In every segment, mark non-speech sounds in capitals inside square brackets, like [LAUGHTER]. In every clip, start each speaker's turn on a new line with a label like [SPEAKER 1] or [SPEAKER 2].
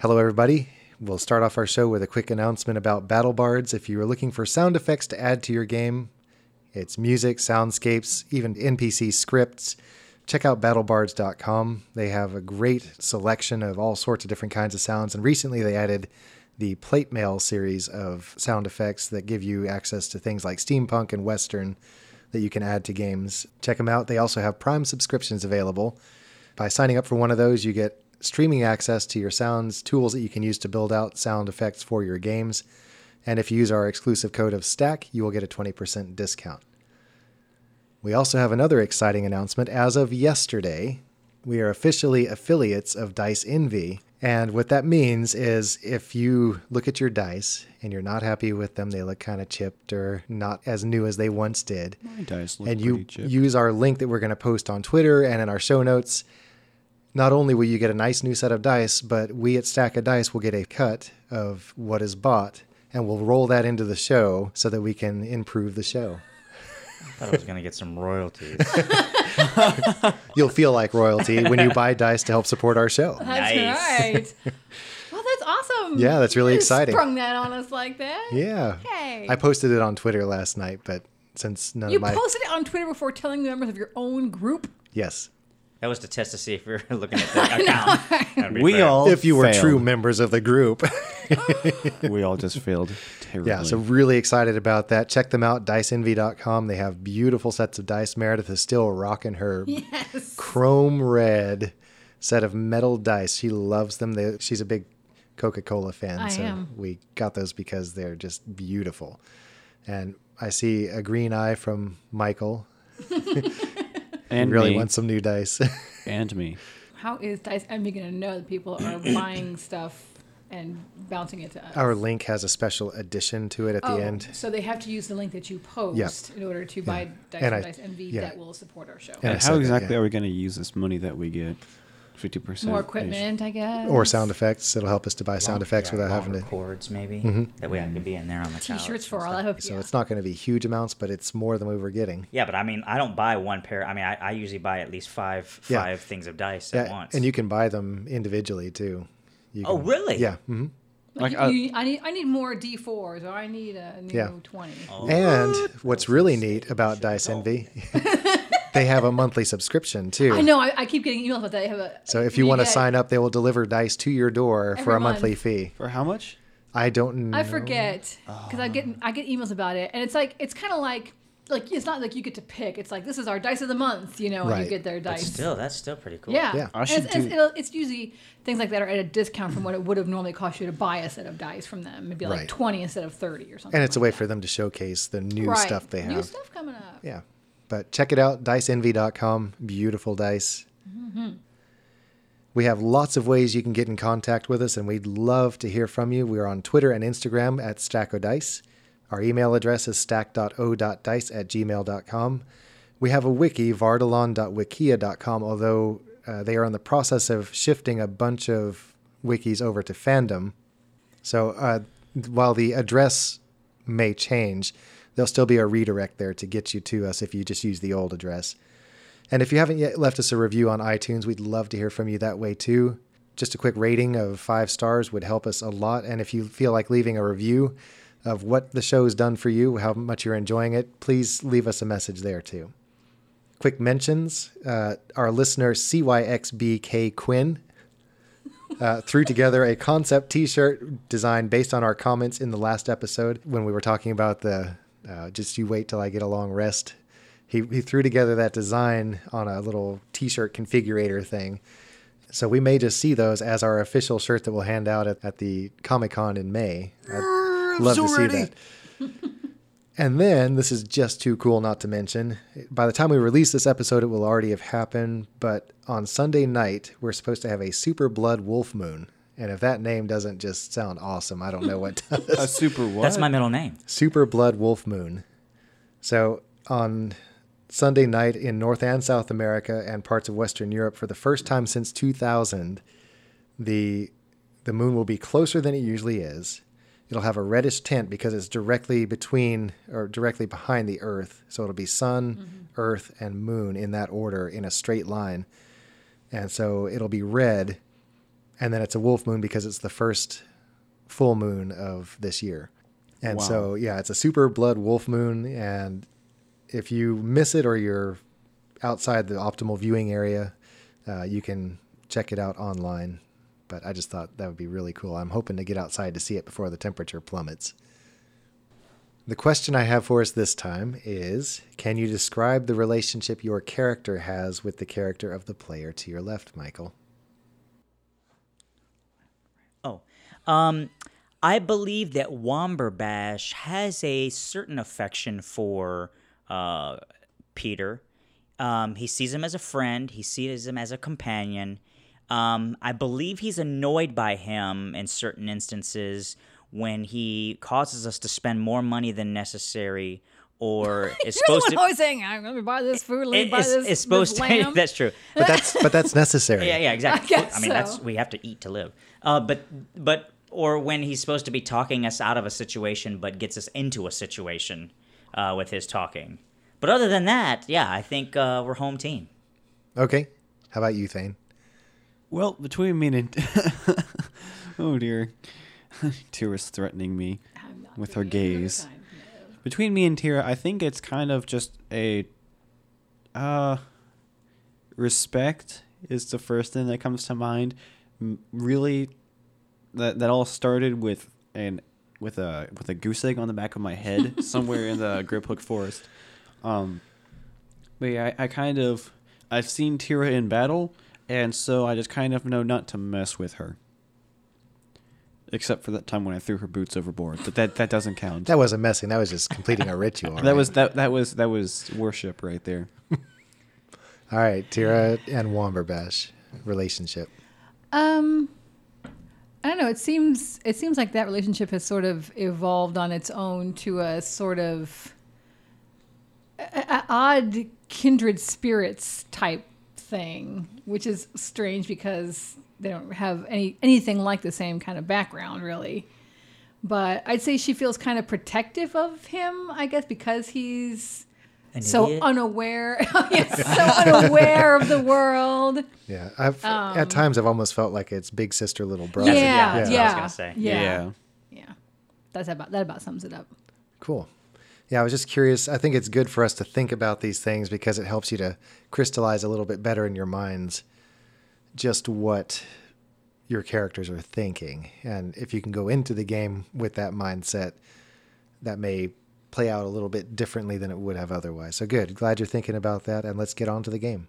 [SPEAKER 1] Hello, everybody. We'll start off our show with a quick announcement about Battle Bards. If you are looking for sound effects to add to your game, it's music, soundscapes, even NPC scripts. Check out battlebards.com. They have a great selection of all sorts of different kinds of sounds. And recently they added the plate mail series of sound effects that give you access to things like steampunk and western that you can add to games. Check them out. They also have Prime subscriptions available. By signing up for one of those, you get streaming access to your sounds, tools that you can use to build out sound effects for your games. And if you use our exclusive code of STACK, you will get a 20% discount. We also have another exciting announcement. As of yesterday, we are officially affiliates of Dice Envy. And what that means is if you look at your dice and you're not happy with them, they look kind of chipped or not as new as they once did,
[SPEAKER 2] My dice look
[SPEAKER 1] and you
[SPEAKER 2] pretty chipped.
[SPEAKER 1] use our link that we're going to post on Twitter and in our show notes, not only will you get a nice new set of dice, but we at Stack of Dice will get a cut of what is bought and we'll roll that into the show so that we can improve the show.
[SPEAKER 3] thought I was gonna get some royalties.
[SPEAKER 1] You'll feel like royalty when you buy dice to help support our show.
[SPEAKER 3] Nice.
[SPEAKER 4] That's right. [LAUGHS] well, that's awesome.
[SPEAKER 1] Yeah, that's really
[SPEAKER 4] You
[SPEAKER 1] exciting.
[SPEAKER 4] Sprung that on us like that.
[SPEAKER 1] Yeah.
[SPEAKER 4] Hey.
[SPEAKER 1] I posted it on Twitter last night, but since none
[SPEAKER 4] You
[SPEAKER 1] of my
[SPEAKER 4] posted it on Twitter before telling the members of your own group. [LAUGHS]
[SPEAKER 1] yes,
[SPEAKER 3] that was to test to see if we were looking at the account. That'd be
[SPEAKER 2] We
[SPEAKER 3] fair.
[SPEAKER 2] all
[SPEAKER 1] if you were
[SPEAKER 2] failed.
[SPEAKER 1] true members of the group.
[SPEAKER 2] we all just failed
[SPEAKER 1] [LAUGHS]
[SPEAKER 2] terribly.
[SPEAKER 1] Yeah, so really excited about that. Check them out, diceenvy.com. They have beautiful sets of dice. Meredith is still rocking her
[SPEAKER 4] [LAUGHS] Yes.
[SPEAKER 1] chrome red set of metal dice. She loves them. They, she's a big Coca Cola fan.
[SPEAKER 4] I
[SPEAKER 1] so
[SPEAKER 4] am.
[SPEAKER 1] we got those because they're just beautiful. And I see a green eye from Michael. He
[SPEAKER 2] and
[SPEAKER 1] really
[SPEAKER 2] me,
[SPEAKER 1] wants some new dice. [LAUGHS]
[SPEAKER 2] and me.
[SPEAKER 4] How is Dice Envy going to know that people
[SPEAKER 1] [CLEARS THROAT]
[SPEAKER 4] are buying stuff and bouncing it to us?
[SPEAKER 1] Our link has a special addition to it at
[SPEAKER 4] Oh,
[SPEAKER 1] the end.
[SPEAKER 4] So they have to use the link that you post in order to buy Dice,
[SPEAKER 1] And I-
[SPEAKER 4] Dice Envy
[SPEAKER 1] yeah.
[SPEAKER 4] that will support our show.
[SPEAKER 1] Yeah. I
[SPEAKER 2] And
[SPEAKER 1] said
[SPEAKER 2] how
[SPEAKER 1] that,
[SPEAKER 2] exactly
[SPEAKER 1] yeah.
[SPEAKER 2] are we going to use this money that we get? Fifty percent
[SPEAKER 4] More equipment, I guess.
[SPEAKER 1] Or sound effects. It'll help us to buy sound effects
[SPEAKER 3] Yeah,
[SPEAKER 1] without
[SPEAKER 3] longer
[SPEAKER 1] having to.
[SPEAKER 3] chords, maybe that way I could be in there on the couch
[SPEAKER 4] T-shirts
[SPEAKER 3] and
[SPEAKER 4] for all.
[SPEAKER 3] stuff.
[SPEAKER 4] I hope.
[SPEAKER 1] So
[SPEAKER 4] yeah.
[SPEAKER 1] it's not going to be huge amounts, but it's more than we were getting.
[SPEAKER 3] Yeah, but I mean, I don't buy one pair. I mean, I, I usually buy at least five
[SPEAKER 1] Yeah.
[SPEAKER 3] five things of dice at once.
[SPEAKER 1] and you can buy them individually too. You
[SPEAKER 3] oh
[SPEAKER 1] can-
[SPEAKER 3] really?
[SPEAKER 1] Yeah. mhm.
[SPEAKER 4] Like,
[SPEAKER 2] Like, uh,
[SPEAKER 4] you, you- I need I need more D4s, or I need a new
[SPEAKER 1] Yeah. Oh.
[SPEAKER 4] 20.
[SPEAKER 1] And what's really neat about Dice Envy, [LAUGHS] they have a monthly subscription too.
[SPEAKER 4] I know. I, I keep getting emails about that. I have a,
[SPEAKER 1] So if you want to
[SPEAKER 4] get-
[SPEAKER 1] sign up, they will deliver dice to your door for
[SPEAKER 4] Every
[SPEAKER 1] a monthly
[SPEAKER 4] month.
[SPEAKER 1] fee.
[SPEAKER 2] for how much?
[SPEAKER 1] I don't. Know.
[SPEAKER 4] I forget because I get I get emails about it, and it's like it's kind of like like it's not like you get to pick. It's like this is our dice of the month, you know, and
[SPEAKER 1] Right.
[SPEAKER 4] you get their
[SPEAKER 3] But
[SPEAKER 4] dice.
[SPEAKER 3] still, that's still pretty cool.
[SPEAKER 4] yeah,
[SPEAKER 1] Yeah. I
[SPEAKER 4] And
[SPEAKER 2] should
[SPEAKER 4] it's, it's,
[SPEAKER 2] do-
[SPEAKER 4] it'll, it's usually things like that are at a discount from what it would have normally cost you to buy a set of dice from them. It'd be like
[SPEAKER 1] Right.
[SPEAKER 4] twenty instead of thirty or something.
[SPEAKER 1] And it's a
[SPEAKER 4] like
[SPEAKER 1] way for them to showcase the new
[SPEAKER 4] that. right.
[SPEAKER 1] stuff they have.
[SPEAKER 4] New stuff coming up.
[SPEAKER 1] Yeah. But check it out, diceenvy.com. Beautiful dice. We have lots of ways you can get in contact with us, and we'd love to hear from you. We're on Twitter and Instagram at stackodice. Our email address is stack.o.dice at gmail.com. We have a wiki, vardalon.wikia.com, although uh, they are in the process of shifting a bunch of wikis over to fandom. So uh, while the address may change, there'll still be a redirect there to get you to us if you just use the old address. And if you haven't yet left us a review on iTunes, we'd love to hear from you that way too. Just a quick rating of five stars would help us a lot. And if you feel like leaving a review of what the show's done for you, how much you're enjoying it, please leave us a message there too. Quick mentions uh, our listener CYXBK Quinn uh, threw together a concept T-shirt design based on our comments in the last episode when we were talking about the uh, just you wait till I get a long rest. He he threw together that design on a little T-shirt configurator thing. So we may just see those as our official shirt that we'll hand out at, at the Comic Con in May. I'd love to see that. And then this is just too cool not to mention. By the time we release this episode, it will already have happened. But on Sunday night, we're supposed to have a super blood wolf moon. And if that name doesn't just sound awesome, I don't know what does.
[SPEAKER 2] A super what?
[SPEAKER 3] That's my middle name.
[SPEAKER 1] super blood wolf moon. So on Sunday night in North and South America and parts of Western Europe, for the first time since 2000, the the moon will be closer than it usually is. It'll have a reddish tint because it's directly between or directly behind the Earth. So it'll be Sun, Earth, and Moon in that order in a straight line. And so it'll be red and then it's a wolf moon because it's the first full moon of this year. And
[SPEAKER 2] Wow.
[SPEAKER 1] so, yeah, it's a super blood wolf moon. And if you miss it or you're outside the optimal viewing area, uh, you can check it out online. But I just thought that would be really cool. I'm hoping to get outside to see it before the temperature plummets. The question I have for us this time is Can you describe the relationship your character has with the character of the player to your left, Michael?
[SPEAKER 5] Oh, um, I believe that Womberbash has a certain affection for uh, Peter. Um, he sees him as a friend. He sees him as a companion. Um, I believe he's annoyed by him in certain instances when he causes us to spend more money than necessary,
[SPEAKER 4] [LAUGHS]
[SPEAKER 5] or is
[SPEAKER 4] You're the
[SPEAKER 5] supposed
[SPEAKER 4] one
[SPEAKER 5] to.
[SPEAKER 4] always saying, "I'm going to buy this food, let me
[SPEAKER 5] It,
[SPEAKER 4] buy
[SPEAKER 5] it's,
[SPEAKER 4] this."
[SPEAKER 5] it's supposed
[SPEAKER 4] this
[SPEAKER 5] to. [LAUGHS]
[SPEAKER 4] lamb."
[SPEAKER 5] That's true.
[SPEAKER 1] But that's but that's necessary.
[SPEAKER 5] [LAUGHS] Yeah, yeah, exactly.
[SPEAKER 4] [LAUGHS] I
[SPEAKER 5] Well,
[SPEAKER 4] guess
[SPEAKER 5] I mean, that's
[SPEAKER 4] so.
[SPEAKER 5] we have to eat to live. Uh, but but or when he's supposed to be talking us out of a situation, but gets us into a situation uh, with his talking. But other than that, yeah, I think uh, we're home team.
[SPEAKER 1] Okay. How about you, Thane?
[SPEAKER 2] Well, between me and [LAUGHS] oh dear, [LAUGHS] Tira's threatening me
[SPEAKER 4] I'm not
[SPEAKER 2] with her
[SPEAKER 4] doing it.
[SPEAKER 2] gaze.
[SPEAKER 4] Fine.
[SPEAKER 2] Between me and Tira, I think it's kind of just a uh respect is the first thing that comes to mind. M- really, that that all started with an with a with a goose egg on the back of my head somewhere in the Griphook forest. Um, but yeah, I, I kind of I've seen Tira in battle, and so I just kind of know not to mess with her. Except for that time when I threw her boots overboard, but that that doesn't count.
[SPEAKER 1] That wasn't messing. That was just completing a ritual.
[SPEAKER 2] [LAUGHS] That was that that was that was worship right there.
[SPEAKER 1] all right. Tira and Womberbash relationship.
[SPEAKER 4] Um, I don't know. It seems it seems like that relationship has sort of evolved on its own to a sort of a- a- odd kindred spirits type thing, which is strange because they don't have any anything like the same kind of background, really. But I'd say she feels kind of protective of him, I guess, because he's
[SPEAKER 5] An
[SPEAKER 4] so
[SPEAKER 5] idiot.
[SPEAKER 4] unaware. [LAUGHS] Yes, so unaware of the world.
[SPEAKER 1] Yeah, I've at times I've almost felt like it's big sister, little brother.
[SPEAKER 5] That's-
[SPEAKER 4] yeah,
[SPEAKER 5] yeah, that's
[SPEAKER 4] yeah,
[SPEAKER 5] what I was gonna say.
[SPEAKER 4] Yeah, yeah. That's about that about sums it up.
[SPEAKER 1] Cool. Yeah, I was just curious. I think it's good for us to think about these things because it helps you to crystallize a little bit better in your minds just what your characters are thinking. And if you can go into the game with that mindset, that may play out a little bit differently than it would have otherwise. So good. Glad you're thinking about that. And let's get on to the game.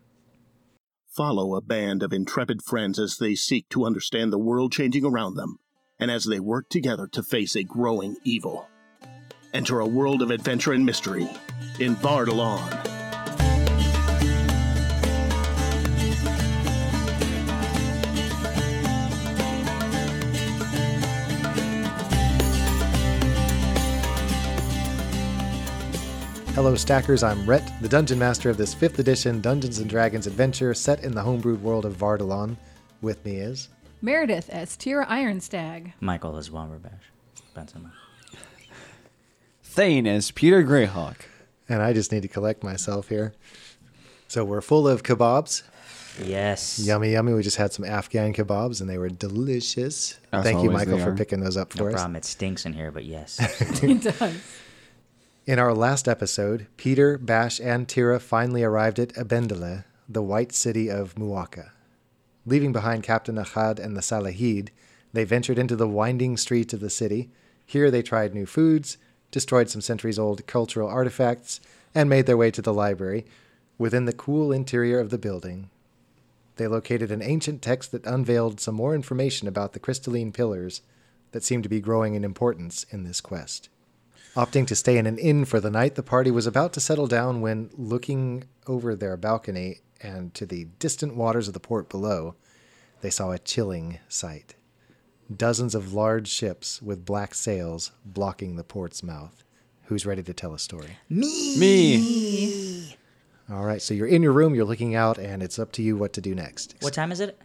[SPEAKER 6] Follow a band of intrepid friends as they seek to understand the world changing around them and as they work together to face a growing evil. Enter a world of adventure and mystery in Bardalon.
[SPEAKER 1] Hello, stackers. I'm Rhett, the dungeon master of this 5th edition Dungeons and Dragons adventure set in the homebrewed world of Vardalon. With me is
[SPEAKER 4] Meredith as Tira Ironstag.
[SPEAKER 5] Michael is Womberbash. Benson.
[SPEAKER 2] Thane as Peter Greyhawk.
[SPEAKER 1] and I just need to collect myself here. So we're full of kebabs.
[SPEAKER 5] Yes.
[SPEAKER 1] Yummy, yummy. We just had some Afghan kebabs and they were delicious.
[SPEAKER 2] As
[SPEAKER 1] Thank you,
[SPEAKER 2] always,
[SPEAKER 1] Michael,
[SPEAKER 2] they
[SPEAKER 1] for
[SPEAKER 2] are.
[SPEAKER 1] picking those up
[SPEAKER 5] No
[SPEAKER 1] for us.
[SPEAKER 5] problem. It stinks in here, but yes. [LAUGHS]
[SPEAKER 4] [LAUGHS] it does.
[SPEAKER 1] In our last episode, Peter, Bash, and Tira finally arrived at Abendale, the white city of Muaka. Leaving behind Captain Ahad and the Salahid, they ventured into the winding streets of the city. Here they tried new foods, destroyed some centuries old cultural artifacts, and made their way to the library within the cool interior of the building. They located an ancient text that unveiled some more information about the crystalline pillars that seemed to be growing in importance in this quest. Opting to stay in an inn for the night, the party was about to settle down when, looking over their balcony and to the distant waters of the port below, they saw a chilling sight. Dozens of large ships with black sails blocking the port's mouth. Who's ready to tell a story?
[SPEAKER 2] Me.
[SPEAKER 1] All right, so you're in your room, you're looking out, and it's up to you what to do next.
[SPEAKER 5] what time is it?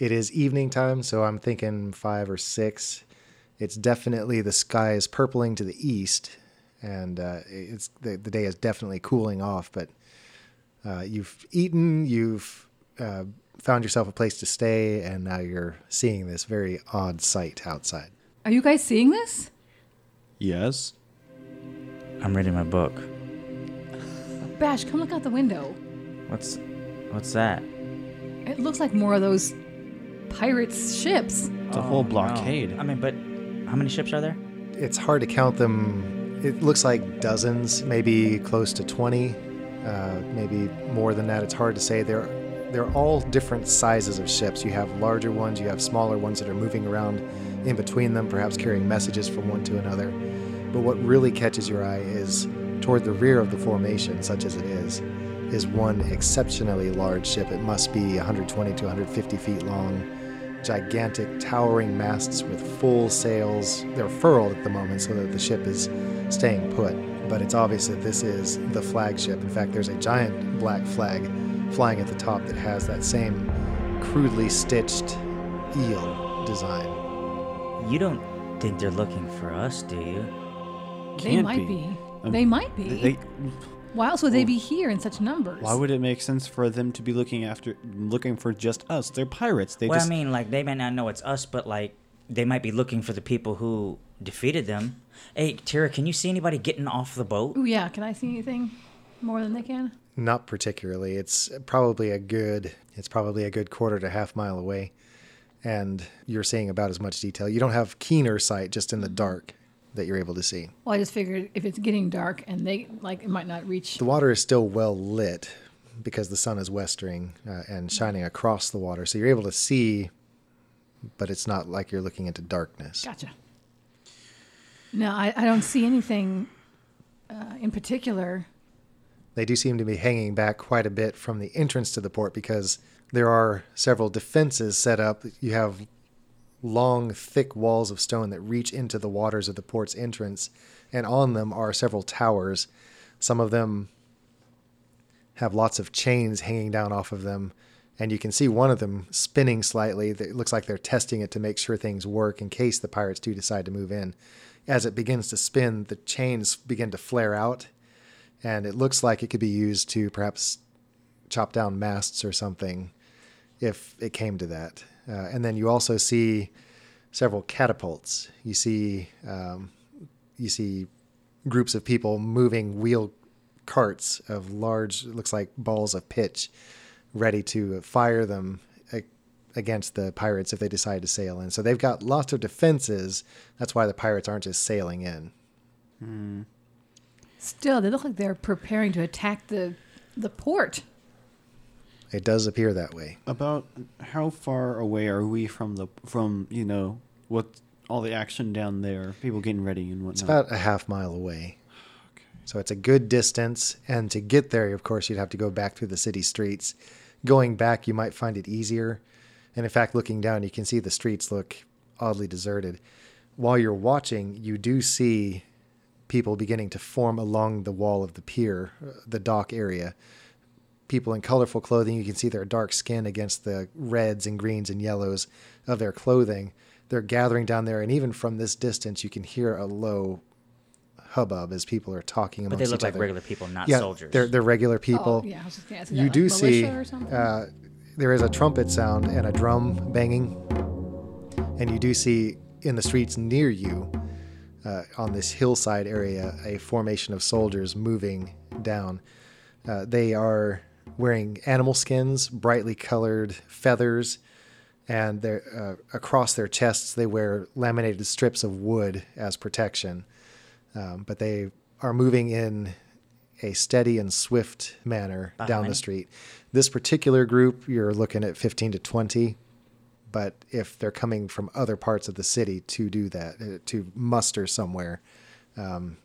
[SPEAKER 1] It is evening time, so I'm thinking five or six. It's definitely the sky is purpling to the east, and uh, it's the, the day is definitely cooling off. But uh, you've eaten, you've uh, found yourself a place to stay, and now you're seeing this very odd sight outside.
[SPEAKER 4] Are you guys seeing this?
[SPEAKER 2] Yes.
[SPEAKER 5] I'm reading my book.
[SPEAKER 4] Bash, come look out the window.
[SPEAKER 5] What's what's that?
[SPEAKER 4] It looks like more of those pirates' ships.
[SPEAKER 2] It's a whole blockade.
[SPEAKER 5] Oh, I mean, but how many ships are there?
[SPEAKER 1] It's hard to count them. It looks like dozens, maybe close to 20, uh, maybe more than that. It's hard to say. They're they're all different sizes of ships. You have larger ones, you have smaller ones that are moving around in between them, perhaps carrying messages from one to another. But what really catches your eye is toward the rear of the formation, such as it is, is one exceptionally large ship. It must be 120 to 150 feet long, gigantic towering masts with full sails. They're furled at the moment so that the ship is staying put, but it's obvious that this is the flagship. In fact, there's a giant black flag flying at the top that has that same crudely stitched eel design.
[SPEAKER 5] You don't think they're looking for us, do you?
[SPEAKER 4] they
[SPEAKER 2] Can't
[SPEAKER 4] might be.
[SPEAKER 2] Um,
[SPEAKER 4] they might be.
[SPEAKER 2] They- Oh.
[SPEAKER 4] Why else would they be here in such numbers?
[SPEAKER 2] why would it make sense for them to be looking after, looking for just us? They're pirates. They
[SPEAKER 5] well,
[SPEAKER 2] just
[SPEAKER 5] I mean, like they may not know it's us, but like they might be looking for the people who defeated them. Hey, Tira, can you see anybody getting off the boat?
[SPEAKER 4] Ooh, yeah. Can I see anything more than they can?
[SPEAKER 1] Not particularly. It's probably a good it's probably a good quarter to half mile away. And you're seeing about as much detail. You don't have keener sight just in the dark that you're able to see.
[SPEAKER 4] Well, I just figured if it's getting dark and they like it might not reach.
[SPEAKER 1] The water is still well lit because the sun is westering uh, and shining across the water. So you're able to see, but it's not like you're looking into darkness.
[SPEAKER 4] Gotcha. No, I, I don't see anything uh, in particular.
[SPEAKER 1] They do seem to be hanging back quite a bit from the entrance to the port because there are several defenses set up. You have long, thick walls of stone that reach into the waters of the port's entrance, and on them are several towers. Some of them have lots of chains hanging down off of them, and you can see one of them spinning slightly. It looks like they're testing it to make sure things work in case the pirates do decide to move in. As it begins to spin, the chains begin to flare out and it looks like it could be used to perhaps chop down masts or something if it came to that. Uh, and then you also see several catapults. You see um, you see groups of people moving wheel carts of large, it looks like balls of pitch, ready to fire them a- against the pirates if they decide to sail in. So they've got lots of defenses. That's why the pirates aren't just sailing in.
[SPEAKER 4] Still, they look like they're preparing to attack the the port.
[SPEAKER 1] It does appear that way.
[SPEAKER 2] about how far away are we from the from you know what all the action down there? People getting ready and whatnot.
[SPEAKER 1] It's about a half mile away. So it's a good distance. And to get there, of course, you'd have to go back through the city streets. Going back, you might find it easier. And in fact, looking down, you can see the streets look oddly deserted. While you're watching, you do see people beginning to form along the wall of the pier, uh, the dock area. People in colorful clothing, you can see their dark skin against the reds and greens and yellows of their clothing. They're gathering down there, and even from this distance, you can hear a low hubbub as people are talking
[SPEAKER 5] But
[SPEAKER 1] amongst
[SPEAKER 5] they
[SPEAKER 1] each
[SPEAKER 5] look like
[SPEAKER 1] other.
[SPEAKER 5] regular people, not
[SPEAKER 1] yeah,
[SPEAKER 5] soldiers.
[SPEAKER 1] They're, they're regular
[SPEAKER 4] Oh,
[SPEAKER 1] people.
[SPEAKER 4] yeah, I was just gonna ask, is
[SPEAKER 1] You
[SPEAKER 4] that like
[SPEAKER 1] do
[SPEAKER 4] militia
[SPEAKER 1] see
[SPEAKER 4] or something?
[SPEAKER 1] uh, there is a trumpet sound and a drum banging, and you do see in the streets near you, uh, on this hillside area, a formation of soldiers moving down. Uh, they are wearing animal skins, brightly colored feathers, and they're, uh, across their chests they wear laminated strips of wood as protection. Um, but they are moving in a steady and swift manner down the
[SPEAKER 5] many?
[SPEAKER 1] street. This particular group, you're looking at 15 to 20. But if they're coming from other parts of the city to do that, uh, to muster somewhere, um,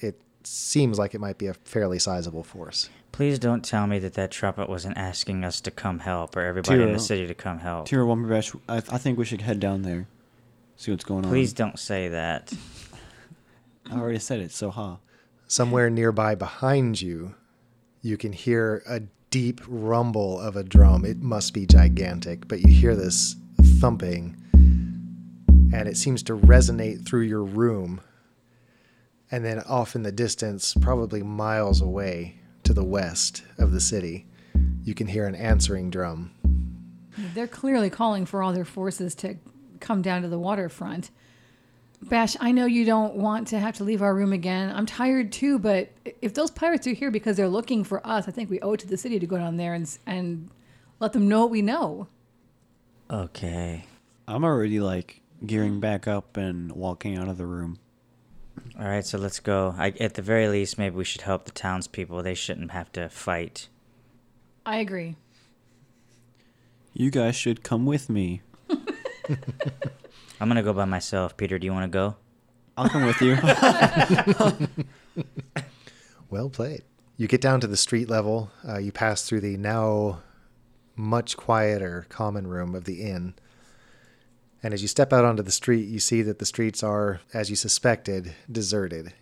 [SPEAKER 1] it seems like it might be a fairly sizable force.
[SPEAKER 5] Please don't tell me that that trumpet wasn't asking us to come help or everybody in
[SPEAKER 2] Tira.
[SPEAKER 5] the city to come help.
[SPEAKER 2] Tira Wumberbatch, I, I think we should head down there, see what's going
[SPEAKER 5] Please don't say that.
[SPEAKER 2] on. I already said it. So ha.
[SPEAKER 1] somewhere nearby behind you, you can hear a deep rumble of a drum. It must be gigantic, but you hear this thumping, and it seems to resonate through your room. And then off in the distance, probably miles away to the west of the city, you can hear an answering drum.
[SPEAKER 4] They're clearly calling for all their forces to come down to the waterfront. Bash, I know you don't want to have to leave our room again. I'm tired too, but i- if those pirates are here because they're looking for us, I think we owe it to the city to go down there and s- and let them know what we know.
[SPEAKER 5] Okay.
[SPEAKER 2] I'm already like gearing back up and walking out of the room.
[SPEAKER 5] All right, so let's go. I, at the very least, maybe we should help the townspeople. They shouldn't have to fight.
[SPEAKER 4] I agree.
[SPEAKER 2] You guys should come with me.
[SPEAKER 5] I'm gonna go by myself. Peter, do you want to go?
[SPEAKER 2] I'll come [LAUGHS] with you.
[SPEAKER 1] Well played. You get down to the street level. Uh, you pass through the now much quieter common room of the inn. And as you step out onto the street, you see that the streets are, as you suspected, deserted.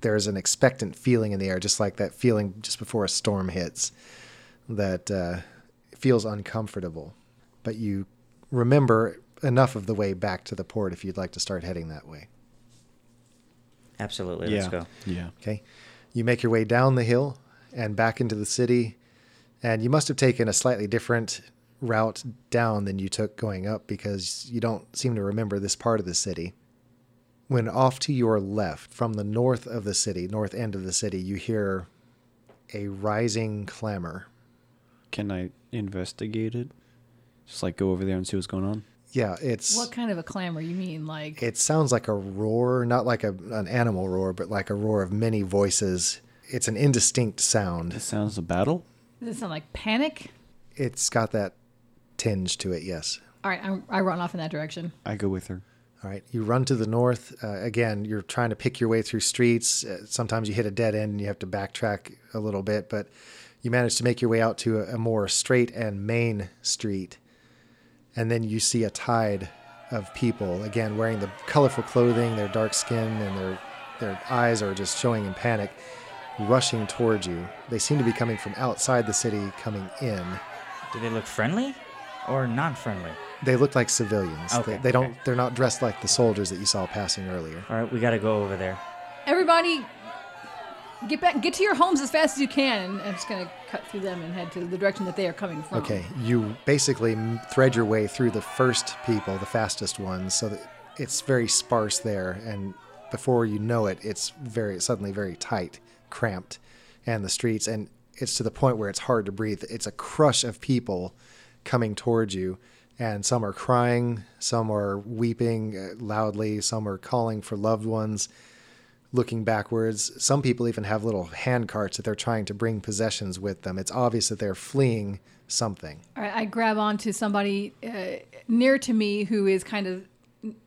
[SPEAKER 1] There is an expectant feeling in the air, just like that feeling just before a storm hits, that uh, feels uncomfortable. But you remember enough of the way back to the port if you'd like to start heading that way.
[SPEAKER 5] Absolutely.
[SPEAKER 2] yeah.
[SPEAKER 5] Let's go.
[SPEAKER 2] Yeah.
[SPEAKER 1] Okay. You make your way down the hill and back into the city. And you must have taken a slightly different route down than you took going up because you don't seem to remember this part of the city. When off to your left, from the north of the city, north end of the city, you hear a rising clamor.
[SPEAKER 2] Can I investigate it? Just like go over there and see what's going on.
[SPEAKER 1] Yeah, it's
[SPEAKER 4] What kind of a clamor you mean? Like
[SPEAKER 1] it sounds like a roar, not like a, an animal roar, but like a roar of many voices. It's an indistinct sound.
[SPEAKER 2] This sounds a battle.
[SPEAKER 4] does it sound like panic?
[SPEAKER 1] It's got that tinge to it, yes.
[SPEAKER 4] All right, I, I run off in that direction.
[SPEAKER 2] I go with her.
[SPEAKER 1] All right, you run to the north. Uh, again, you're trying to pick your way through streets. Uh, sometimes you hit a dead end and you have to backtrack a little bit, but you manage to make your way out to a, a more straight and main street. And then you see a tide of people, again, wearing the colorful clothing, their dark skin, and their, their eyes are just showing in panic, rushing towards you. They seem to be coming from outside the city, coming in.
[SPEAKER 5] Do they look friendly or non-friendly?
[SPEAKER 1] They look like civilians.
[SPEAKER 5] Okay,
[SPEAKER 1] they, they don't.
[SPEAKER 5] okay.
[SPEAKER 1] They're not dressed like the soldiers that you saw passing earlier.
[SPEAKER 5] All right, we gotta go over there.
[SPEAKER 4] Everybody, get back, get to your homes as fast as you can. And I'm just gonna cut through them and head to the direction that they are coming from.
[SPEAKER 1] Okay, you basically m- thread your way through the first people, the fastest ones, so that it's very sparse there, and before you know it, it's very suddenly very tight, cramped, and the streets, and it's to the point where it's hard to breathe. It's a crush of people coming towards you, and some are crying, some are weeping uh, loudly, some are calling for loved ones. Looking backwards, some people even have little hand carts that they're trying to bring possessions with them. It's obvious that they're fleeing something.
[SPEAKER 4] All right, I grab onto somebody uh, near to me who is kind of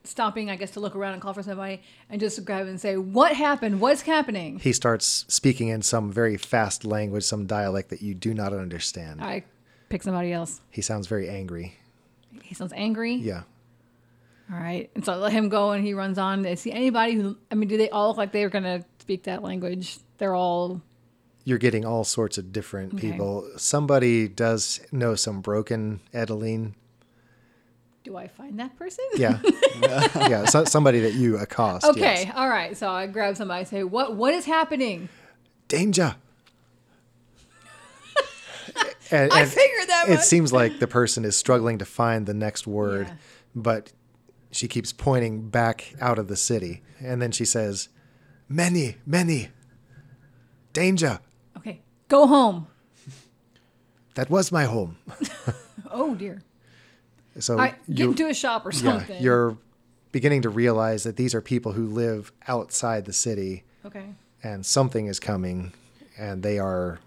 [SPEAKER 4] stopping, I guess, to look around and call for somebody, and just grab and say, "What happened? What's happening?"
[SPEAKER 1] he starts speaking in some very fast language, some dialect that you do not understand.
[SPEAKER 4] I pick somebody else.
[SPEAKER 1] He sounds very angry.
[SPEAKER 4] He sounds angry.
[SPEAKER 1] Yeah.
[SPEAKER 4] All right, and so I let him go, and he runs on. I see anybody who? I mean, do they all look like they're gonna speak that language? They're all
[SPEAKER 1] You're getting all sorts of different
[SPEAKER 4] Okay.
[SPEAKER 1] people. Somebody does know some broken Edeline.
[SPEAKER 4] do I find that person?
[SPEAKER 1] Yeah.
[SPEAKER 4] [LAUGHS]
[SPEAKER 1] yeah. So, somebody that you accost.
[SPEAKER 4] Okay.
[SPEAKER 1] yes.
[SPEAKER 4] All right. So I grab somebody. Say, what? What is happening?
[SPEAKER 1] Danger. And-
[SPEAKER 4] [LAUGHS] I
[SPEAKER 1] and-
[SPEAKER 4] figured that
[SPEAKER 1] it
[SPEAKER 4] much.
[SPEAKER 1] seems like the person is struggling to find the next word,
[SPEAKER 4] Yeah.
[SPEAKER 1] but she keeps pointing back out of the city. And then she says, Many, many. Danger.
[SPEAKER 4] okay. Go home.
[SPEAKER 1] That was my home.
[SPEAKER 4] Oh dear.
[SPEAKER 1] So
[SPEAKER 4] All right. Get
[SPEAKER 1] you,
[SPEAKER 4] into a shop or
[SPEAKER 1] yeah,
[SPEAKER 4] something.
[SPEAKER 1] you're beginning to realize that these are people who live outside the city
[SPEAKER 4] okay.
[SPEAKER 1] and something is coming and they are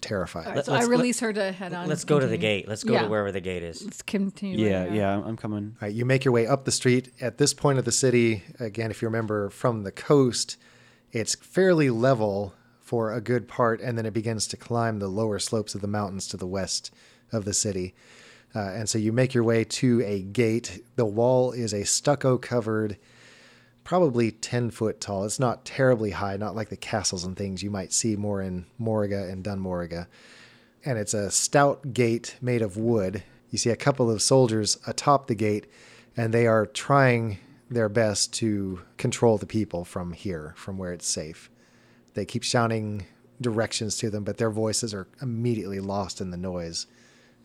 [SPEAKER 1] terrified.
[SPEAKER 4] All right.
[SPEAKER 5] Let-
[SPEAKER 4] so I
[SPEAKER 5] let's-
[SPEAKER 4] release her to head on.
[SPEAKER 5] Let's go to the
[SPEAKER 4] continue.
[SPEAKER 5] gate. Let's go
[SPEAKER 4] Yeah.
[SPEAKER 5] to wherever the gate is.
[SPEAKER 4] Let's continue.
[SPEAKER 2] Yeah,
[SPEAKER 4] right now.
[SPEAKER 2] yeah, I'm, I'm coming.
[SPEAKER 1] All right, you make your way up the street. At this point of the city, again, if you remember from the coast, it's fairly level for a good part, and then it begins to climb the lower slopes of the mountains to the west of the city. Uh, and so you make your way to a gate. The wall is a stucco covered, probably 10 foot tall. It's not terribly high, not like the castles and things you might see more in Morriga and Dunmorriga and it's a stout gate made of wood. You see a couple of soldiers atop the gate, and they are trying their best to control the people from here, from where it's safe. They keep shouting directions to them, but their voices are immediately lost in the noise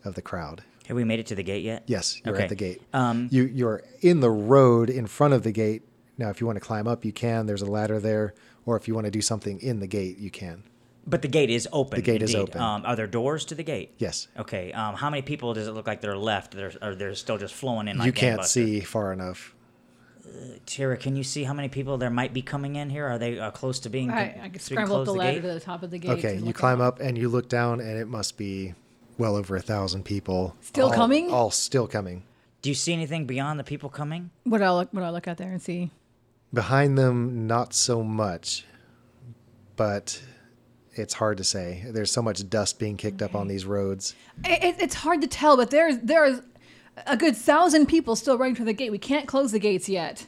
[SPEAKER 1] of the crowd.
[SPEAKER 5] Have we made it to the gate yet?
[SPEAKER 1] Yes, you're
[SPEAKER 5] Okay.
[SPEAKER 1] at the gate.
[SPEAKER 5] Um,
[SPEAKER 1] you you're in the road in front of the gate. Now, if you want to climb up, you can. There's a ladder there, or if you want to do something in the gate, you can.
[SPEAKER 5] But the gate is open. The
[SPEAKER 1] gate is open.
[SPEAKER 5] Um, are there doors to the gate?
[SPEAKER 1] Yes,
[SPEAKER 5] Okay. Um, how many people does it look like they're left? There's, are they still just flowing in? Like
[SPEAKER 1] you can't
[SPEAKER 5] gangbusters?
[SPEAKER 1] see far enough.
[SPEAKER 5] Tara, can you see how many people there might be coming in here? Are they uh, close to being?
[SPEAKER 4] All right, I
[SPEAKER 5] being
[SPEAKER 4] can scramble up
[SPEAKER 5] close
[SPEAKER 4] the
[SPEAKER 5] to
[SPEAKER 4] ladder
[SPEAKER 5] gate?
[SPEAKER 4] to the top of the gate.
[SPEAKER 1] Okay,
[SPEAKER 4] to
[SPEAKER 1] you
[SPEAKER 4] look
[SPEAKER 1] climb
[SPEAKER 4] out.
[SPEAKER 1] up and you look down, and it must be well over a thousand people.
[SPEAKER 4] Still
[SPEAKER 1] all-
[SPEAKER 4] coming?
[SPEAKER 1] All still coming.
[SPEAKER 5] Do you see anything beyond the people coming?
[SPEAKER 4] What I look, what I look out there and see.
[SPEAKER 1] Behind them, not so much, but it's hard to say. There's so much dust being kicked up on these roads.
[SPEAKER 4] It, it, it's hard to tell, but there's there's a good thousand people still running for the gate. We can't close the gates yet.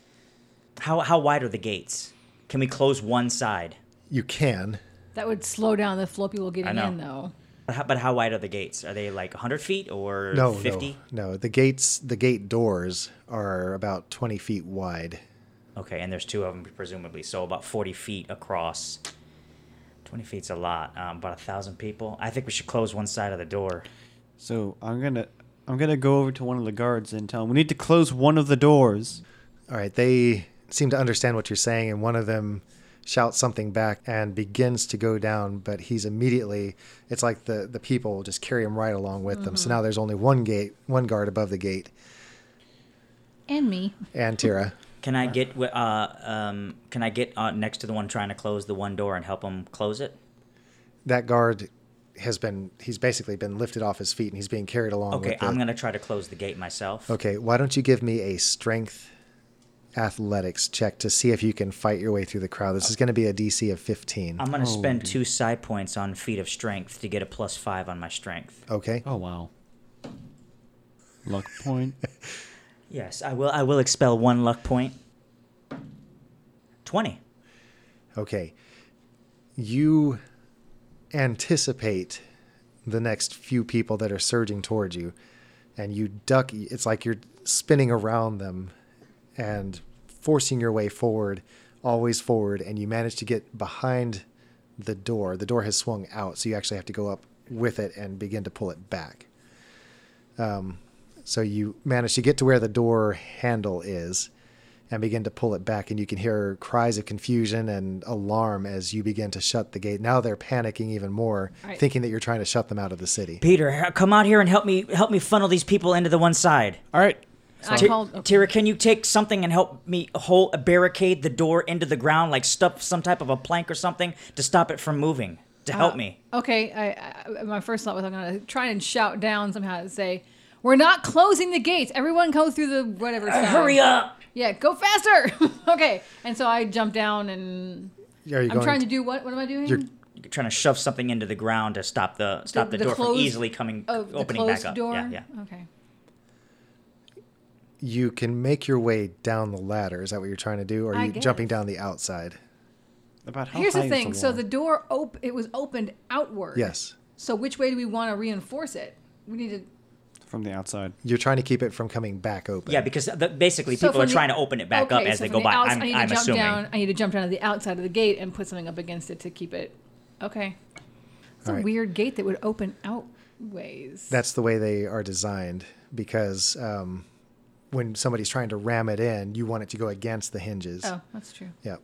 [SPEAKER 5] How how wide are the gates? Can we close one side?
[SPEAKER 1] You can.
[SPEAKER 4] That would slow down the flow of people getting
[SPEAKER 5] know.
[SPEAKER 4] in, though.
[SPEAKER 5] But how, but how wide are the gates? Are they like 100 feet or
[SPEAKER 1] No,
[SPEAKER 5] 50?
[SPEAKER 1] no, no. The gates, the gate doors are about 20 feet wide.
[SPEAKER 5] Okay, and there's two of them presumably, so about 40 feet across. 20 feet's a lot. Um, about a thousand people. I think we should close one side of the door.
[SPEAKER 2] So I'm gonna I'm gonna go over to one of the guards and tell him we need to close one of the doors.
[SPEAKER 1] All right, they seem to understand what you're saying, and one of them shouts something back and begins to go down, but he's immediately, it's like the, the people just carry him right along with them.
[SPEAKER 5] Mm-hmm.
[SPEAKER 1] So now there's only one gate, one guard above the gate,
[SPEAKER 4] And me.
[SPEAKER 1] and
[SPEAKER 5] [LAUGHS]
[SPEAKER 1] Tira.
[SPEAKER 5] Can I get wi- uh um can I get uh, next to the one trying to close the one door and help him close it?
[SPEAKER 1] that guard has been, he's basically been lifted off his feet and he's being carried along
[SPEAKER 5] Okay,
[SPEAKER 1] with the-
[SPEAKER 5] I'm gonna try to close the gate myself.
[SPEAKER 1] Okay, why don't you give me a strength athletics check to see if you can fight your way through the crowd? This is going to be a DC of 15.
[SPEAKER 5] I'm gonna spend two side points on feet of strength to get a plus five on my strength.
[SPEAKER 1] okay.
[SPEAKER 2] Oh wow. Luck point. [LAUGHS]
[SPEAKER 5] Yes, I will. I will expel one luck point. Twenty.
[SPEAKER 1] Okay. You anticipate the next few people that are surging towards you and you duck it's like you're spinning around them and forcing your way forward always forward and you manage to get behind the door the door has swung out so you actually have to go up with it and begin to pull it back um, so you manage to get to where the door handle is and begin to pull it back and you can hear cries of confusion and alarm as you begin to shut the gate now they're panicking even more
[SPEAKER 4] Right.
[SPEAKER 1] thinking that you're trying to shut them out of the city
[SPEAKER 5] Peter, h- come out here and help me. Help me funnel these people into the one side.
[SPEAKER 2] All right.
[SPEAKER 4] I
[SPEAKER 5] Ti-
[SPEAKER 4] called. oh. okay.
[SPEAKER 5] Tira, can you take something and help me hole barricade the door into the ground, like stuff some type of a plank or something to stop it from moving? To
[SPEAKER 4] Uh,
[SPEAKER 5] help me.
[SPEAKER 4] Okay, I, I, my first thought was I'm gonna try and shout down somehow and say, "We're not closing the gates. Everyone go through the whatever." side."
[SPEAKER 5] Uh, Hurry up!
[SPEAKER 4] Yeah, go faster. [LAUGHS] okay, and so I jump down and
[SPEAKER 1] Are you
[SPEAKER 4] I'm trying to do what? What am I doing?
[SPEAKER 1] You're-
[SPEAKER 5] You're trying to shove something into the ground to stop the stop the,
[SPEAKER 4] the
[SPEAKER 5] door from
[SPEAKER 4] closed-
[SPEAKER 5] easily coming
[SPEAKER 4] oh, the
[SPEAKER 5] opening
[SPEAKER 4] closed
[SPEAKER 5] back up.
[SPEAKER 4] door.
[SPEAKER 5] Yeah, yeah.
[SPEAKER 4] Okay.
[SPEAKER 1] you can make your way down the ladder. Is that what you're trying to do? Or are
[SPEAKER 4] I
[SPEAKER 1] you
[SPEAKER 4] guess.
[SPEAKER 1] jumping down the outside?
[SPEAKER 2] About
[SPEAKER 1] Oh,
[SPEAKER 2] how
[SPEAKER 4] Here's
[SPEAKER 2] high
[SPEAKER 4] the
[SPEAKER 2] is
[SPEAKER 4] thing. so
[SPEAKER 2] wall?
[SPEAKER 4] the door op- it was opened outward.
[SPEAKER 1] Yes.
[SPEAKER 4] So which way do we want to reinforce it? We need to.
[SPEAKER 2] from the outside.
[SPEAKER 1] You're trying to keep it from coming back open.
[SPEAKER 5] Yeah, because the, basically
[SPEAKER 4] so
[SPEAKER 5] people are
[SPEAKER 4] from the-
[SPEAKER 5] trying to open it back up
[SPEAKER 4] okay,
[SPEAKER 5] as
[SPEAKER 4] so
[SPEAKER 5] they
[SPEAKER 4] from
[SPEAKER 5] go
[SPEAKER 4] the
[SPEAKER 5] by.
[SPEAKER 4] outs-
[SPEAKER 5] I'm,
[SPEAKER 4] I need to
[SPEAKER 5] I'm
[SPEAKER 4] jump
[SPEAKER 5] assuming.
[SPEAKER 4] Down, I need to jump down to the outside of the gate and put something up against it to keep it. Okay. It's a
[SPEAKER 1] All right.
[SPEAKER 4] weird gate that would open outways.
[SPEAKER 1] That's the way they are designed because um, when somebody's trying to ram it in, you want it to go against the hinges.
[SPEAKER 4] oh, that's true.
[SPEAKER 1] Yep.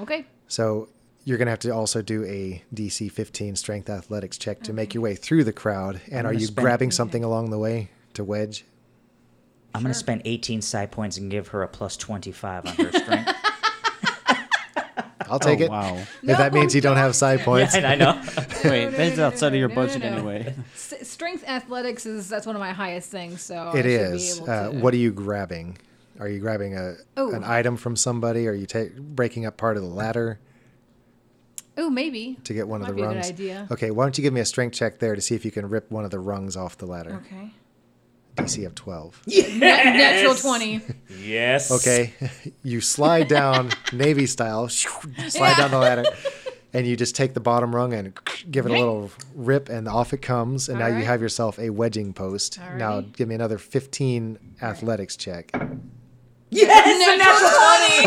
[SPEAKER 4] Okay.
[SPEAKER 1] So you're going to have to also do a DC 15 strength athletics check to make your way through the crowd. And are
[SPEAKER 5] gonna
[SPEAKER 1] you
[SPEAKER 5] spend-
[SPEAKER 1] grabbing something along the way to wedge?
[SPEAKER 5] I'm gonna spend 18 side points and give her a plus 25 on
[SPEAKER 4] [LAUGHS]
[SPEAKER 5] her strength.
[SPEAKER 1] I'll take
[SPEAKER 2] oh,
[SPEAKER 1] it.
[SPEAKER 2] Wow.
[SPEAKER 5] [LAUGHS]
[SPEAKER 1] If that means you don't have side points.
[SPEAKER 5] and [LAUGHS] I know.
[SPEAKER 2] Wait,
[SPEAKER 4] no,
[SPEAKER 2] that's
[SPEAKER 4] no, no,
[SPEAKER 2] outside
[SPEAKER 4] no,
[SPEAKER 2] of your
[SPEAKER 4] no, no,
[SPEAKER 2] budget
[SPEAKER 4] no.
[SPEAKER 2] anyway.
[SPEAKER 4] [LAUGHS] S- strength athletics is that's one of my highest things. So
[SPEAKER 1] It
[SPEAKER 4] I should
[SPEAKER 1] is.
[SPEAKER 4] Be able
[SPEAKER 1] Uh,
[SPEAKER 4] to,
[SPEAKER 1] what are you grabbing? Are you grabbing a
[SPEAKER 4] Oh.
[SPEAKER 1] an item from somebody? Are you ta- breaking up part of the ladder
[SPEAKER 4] Oh, maybe.
[SPEAKER 1] to get one
[SPEAKER 4] Might
[SPEAKER 1] of the
[SPEAKER 4] be a good
[SPEAKER 1] rungs?
[SPEAKER 4] idea.
[SPEAKER 1] Okay, why don't you give me a strength check there to see if you can rip one of the rungs off the ladder?
[SPEAKER 4] Okay.
[SPEAKER 1] DC of twelve.
[SPEAKER 4] Natural twenty. [LAUGHS]
[SPEAKER 5] yes.
[SPEAKER 1] Okay, [LAUGHS] you slide down navy style, [LAUGHS] slide down the ladder, and you just take the bottom rung and [CLEARS THROAT] give it a little rip, and off it comes. And now you
[SPEAKER 4] Alright.
[SPEAKER 1] have yourself a wedging post. Now
[SPEAKER 4] Alrighty.
[SPEAKER 1] give me another fifteen athletics check.
[SPEAKER 4] Natural twenty.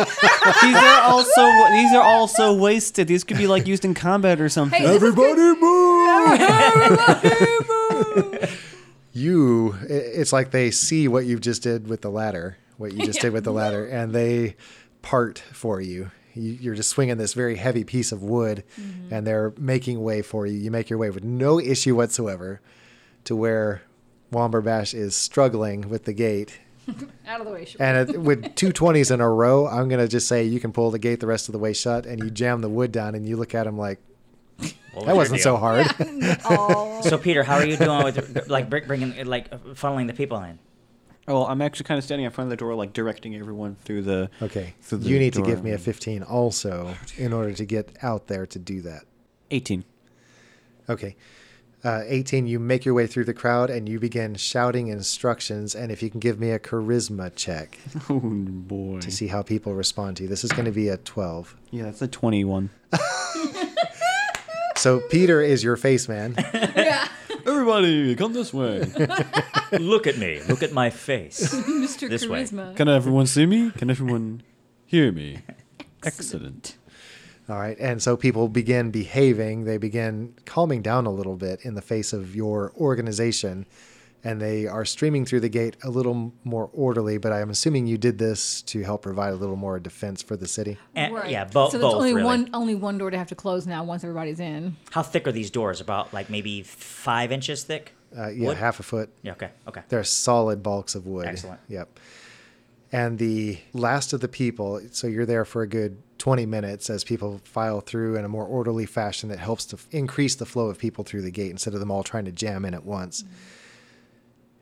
[SPEAKER 2] these are also these are also wasted. These could be like used in combat or something.
[SPEAKER 4] Hey, this is good.
[SPEAKER 1] move! you i- it's like they see what you just did with the ladder what you just did with the ladder and they part for you You- you're just swinging this very heavy piece of wood and they're making way for you you make your way with no issue whatsoever to where womberbash is struggling with the gate
[SPEAKER 4] Out of the way. Sure.
[SPEAKER 1] and it, with two 20s in a row i'm going to just say you can pull the gate the rest of the way shut and you jam the wood down and you look at him like
[SPEAKER 5] What was
[SPEAKER 1] that
[SPEAKER 5] your
[SPEAKER 1] wasn't so
[SPEAKER 5] deal?
[SPEAKER 1] hard [LAUGHS]
[SPEAKER 5] So Peter, how are you doing with
[SPEAKER 4] [LAUGHS]
[SPEAKER 5] like br- bringing like funneling the people in?
[SPEAKER 2] Oh, well, I'm actually kind of standing in front of the door, like directing everyone through the.
[SPEAKER 1] okay
[SPEAKER 2] through the
[SPEAKER 1] you need to
[SPEAKER 2] door.
[SPEAKER 1] give me a 15 also in order to get out there to do that
[SPEAKER 2] 18.
[SPEAKER 1] Okay. Uh, 18, you make your way through the crowd and you begin shouting instructions. And if you can give me a charisma check
[SPEAKER 2] Oh boy.
[SPEAKER 1] to see how people respond to you, this is going to be a 12.
[SPEAKER 2] Yeah, that's a 21.
[SPEAKER 1] So Peter is your face man.
[SPEAKER 2] Everybody, come this [LAUGHS] way.
[SPEAKER 5] Look at me. Look at my
[SPEAKER 4] [LAUGHS]
[SPEAKER 5] face.
[SPEAKER 4] Mr.
[SPEAKER 5] This way.
[SPEAKER 4] Charisma.
[SPEAKER 2] Can everyone see me? Can everyone hear [LAUGHS] me? Excellent.
[SPEAKER 1] All right. And so people begin behaving. They begin calming down a little bit in the face of your organization. And they are streaming through the gate a little m- more orderly. But I'm assuming you did this to help provide a little more defense for the city.
[SPEAKER 5] And,
[SPEAKER 4] Right.
[SPEAKER 5] Eh, Yeah, bo-
[SPEAKER 4] so there's
[SPEAKER 5] both.
[SPEAKER 4] only
[SPEAKER 5] really.
[SPEAKER 4] one only one door to have to close now once everybody's in.
[SPEAKER 5] How thick are these doors? About like maybe five inches thick.
[SPEAKER 1] Uh, yeah,
[SPEAKER 5] Wood?
[SPEAKER 1] half a foot.
[SPEAKER 5] Yeah. Okay. Okay.
[SPEAKER 1] They're solid bulks of wood.
[SPEAKER 5] Excellent.
[SPEAKER 1] Yep. And the last of the people, so you're there for a good 20 minutes as people file through in a more orderly fashion that helps to f- increase the flow of people through the gate instead of them all trying to jam in at once.
[SPEAKER 4] Mm-hmm.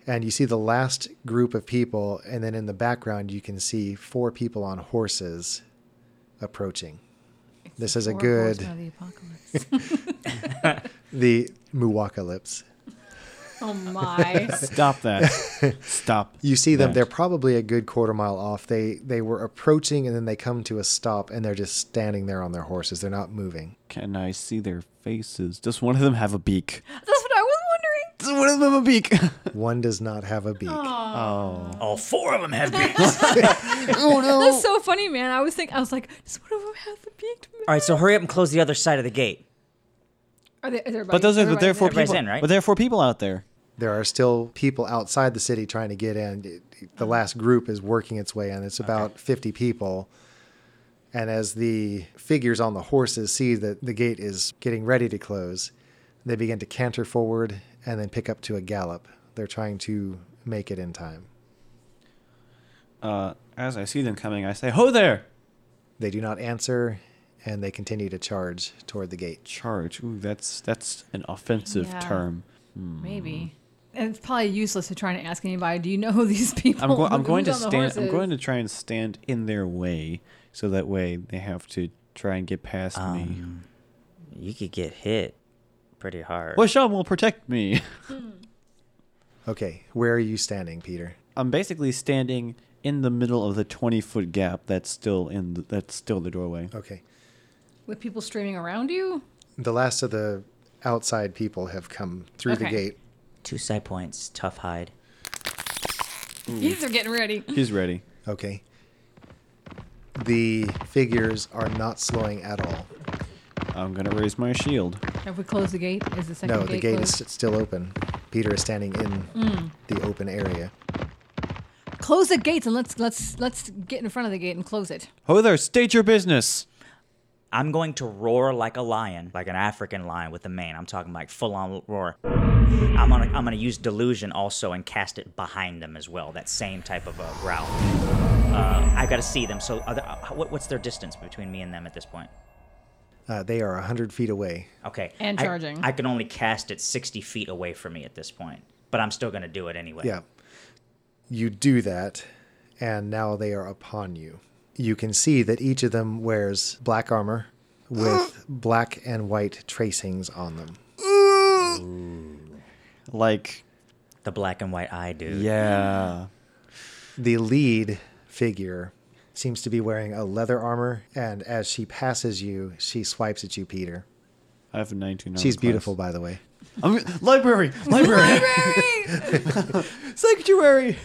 [SPEAKER 1] And you see the last group of people, and then in the background, you can see four people on horses approaching. This is a
[SPEAKER 4] Four
[SPEAKER 1] good,
[SPEAKER 4] horsemen of the
[SPEAKER 1] [LAUGHS]
[SPEAKER 4] apocalypse.
[SPEAKER 1] the Muwakalypse.
[SPEAKER 4] oh my.
[SPEAKER 2] Stop [LAUGHS] that. Stop.
[SPEAKER 1] you see them
[SPEAKER 2] that.
[SPEAKER 1] they're probably a good quarter mile off they they were approaching and then they come to a stop and they're just standing there on their horses they're not moving
[SPEAKER 2] Can I see their faces? Does one of them have a beak?
[SPEAKER 4] That's what I was wondering.
[SPEAKER 2] [LAUGHS] Does one of them have a beak?
[SPEAKER 1] one does not have a beak
[SPEAKER 5] All four of them have [LAUGHS] beaks.
[SPEAKER 2] oh no.
[SPEAKER 4] That's so funny, man. I was think I was like, does one of them have the beaked?
[SPEAKER 5] All right. So hurry up and close the other side of the gate.
[SPEAKER 4] Are they, is
[SPEAKER 2] [LAUGHS]
[SPEAKER 4] everybody,
[SPEAKER 2] But those are but
[SPEAKER 4] everybody's
[SPEAKER 2] there are four
[SPEAKER 4] there?
[SPEAKER 5] Everybody's
[SPEAKER 2] people.
[SPEAKER 5] in, right?
[SPEAKER 2] But there are four people out there.
[SPEAKER 1] there are still people outside the city trying to get in It- it- the last group is working its way in it's about 50 people and as the figures on the horses see that the gate is getting ready to close they begin to canter forward and then pick up to a gallop they're trying to make it in time
[SPEAKER 2] Uh, as I see them coming, I say, "Ho there!"
[SPEAKER 1] They do not answer, and they continue to charge toward the gate.
[SPEAKER 2] Charge. Ooh, that's that's an offensive
[SPEAKER 4] Yeah.
[SPEAKER 2] term.
[SPEAKER 4] Maybe. And it's probably useless to try to ask anybody, do you know who these people?
[SPEAKER 2] I'm
[SPEAKER 4] [LAUGHS]
[SPEAKER 2] going. I'm
[SPEAKER 4] Who's
[SPEAKER 2] going to
[SPEAKER 4] on the
[SPEAKER 2] stand. I'm
[SPEAKER 4] horses?
[SPEAKER 2] going to try and stand in their way, so that way they have to try and get past me.
[SPEAKER 1] Um.
[SPEAKER 5] You could get hit pretty hard.
[SPEAKER 2] Wisham will protect me. [LAUGHS]
[SPEAKER 1] Okay, where are you standing, Peter?
[SPEAKER 2] I'm basically standing in the middle of the 20 foot gap that's still in the, that's still the doorway.
[SPEAKER 1] Okay.
[SPEAKER 4] with people streaming around you.
[SPEAKER 1] The last of the outside people have come through the
[SPEAKER 4] Okay.
[SPEAKER 1] gate.
[SPEAKER 5] Two side points. Tough hide.
[SPEAKER 2] Mm.
[SPEAKER 4] These are getting ready.
[SPEAKER 2] He's ready.
[SPEAKER 1] Okay. The figures are not slowing at all.
[SPEAKER 2] I'm gonna raise my shield.
[SPEAKER 4] Have we closed the gate? Is the second
[SPEAKER 1] No,
[SPEAKER 4] gate Hmm.
[SPEAKER 1] the gate
[SPEAKER 4] closed?
[SPEAKER 1] is still open. Peter is standing in the open area.
[SPEAKER 4] Close the gates and let's let's let's get in front of the gate and close
[SPEAKER 2] [LAUGHS]
[SPEAKER 4] it.
[SPEAKER 2] Ho there! State your business.
[SPEAKER 5] I'm going to roar like a lion, like an African lion with a mane. I'm talking like full on roar. I'm gonna I'm gonna use delusion also and cast it behind them as well. That same type of uh, growl. Uh, I've got to see them. So are they, uh, what, what's their distance between me and them at this point?
[SPEAKER 1] Uh, they are 100 feet away.
[SPEAKER 5] Okay.
[SPEAKER 4] And
[SPEAKER 5] I-
[SPEAKER 4] charging.
[SPEAKER 5] I, can only cast it 60 feet away from me at this point, but I'm still gonna do it anyway.
[SPEAKER 1] Yeah. You do that, and now they are upon you. You can see that each of them wears black armor with black and white tracings on them.
[SPEAKER 2] Like,
[SPEAKER 5] The black and white eye dude.
[SPEAKER 2] yeah.
[SPEAKER 1] The lead figure seems to be wearing a leather armor, and as she passes you, she swipes at you, Peter.
[SPEAKER 2] I have a 19. on
[SPEAKER 1] She's
[SPEAKER 2] class.
[SPEAKER 1] beautiful, by the way.
[SPEAKER 2] I'm, library,
[SPEAKER 1] [LAUGHS]
[SPEAKER 2] library, sanctuary.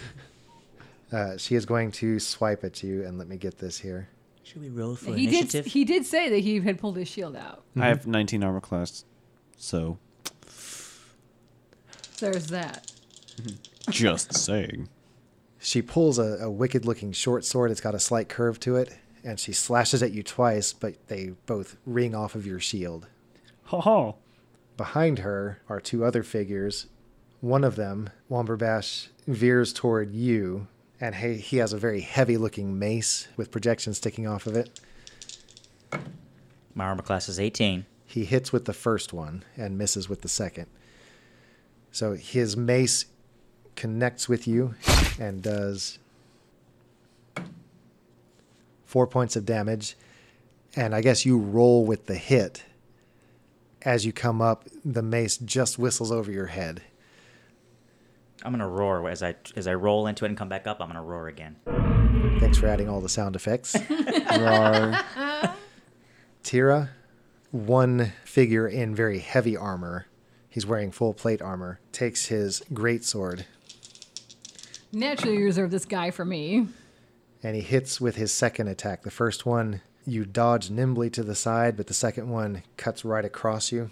[SPEAKER 1] Uh, she is going to swipe at you, and let me get this here.
[SPEAKER 5] Should we roll for
[SPEAKER 4] [LAUGHS] he did
[SPEAKER 5] initiative?
[SPEAKER 4] he did say that he had pulled his shield out.
[SPEAKER 2] I have 19 armor class, so
[SPEAKER 4] There's that.
[SPEAKER 2] Just saying.
[SPEAKER 1] She pulls a, a wicked looking short sword. It's got a slight curve to it, and she slashes at you twice, but they both ring off of your shield.
[SPEAKER 2] Ha ha.
[SPEAKER 1] Behind her are two other figures. One of them, Womberbash, veers toward you, and he, he has a very heavy looking mace with projections sticking off of it.
[SPEAKER 5] My armor class is 18.
[SPEAKER 1] He hits with the first one and misses with the second. So his mace connects with you and does four points of damage. And I guess you roll with the hit. As you come up, the mace just whistles over your head.
[SPEAKER 5] I'm gonna roar as I as I roll into it and come back up. I'm gonna roar again.
[SPEAKER 1] Thanks for adding all the sound effects.
[SPEAKER 2] Rar.
[SPEAKER 1] Tira, one figure in very heavy armor, he's wearing full plate armor, takes his greatsword
[SPEAKER 4] Naturally, you reserve this guy for me.
[SPEAKER 1] and he hits with his second attack. The first one, you dodge nimbly to the side, but the second one cuts right across you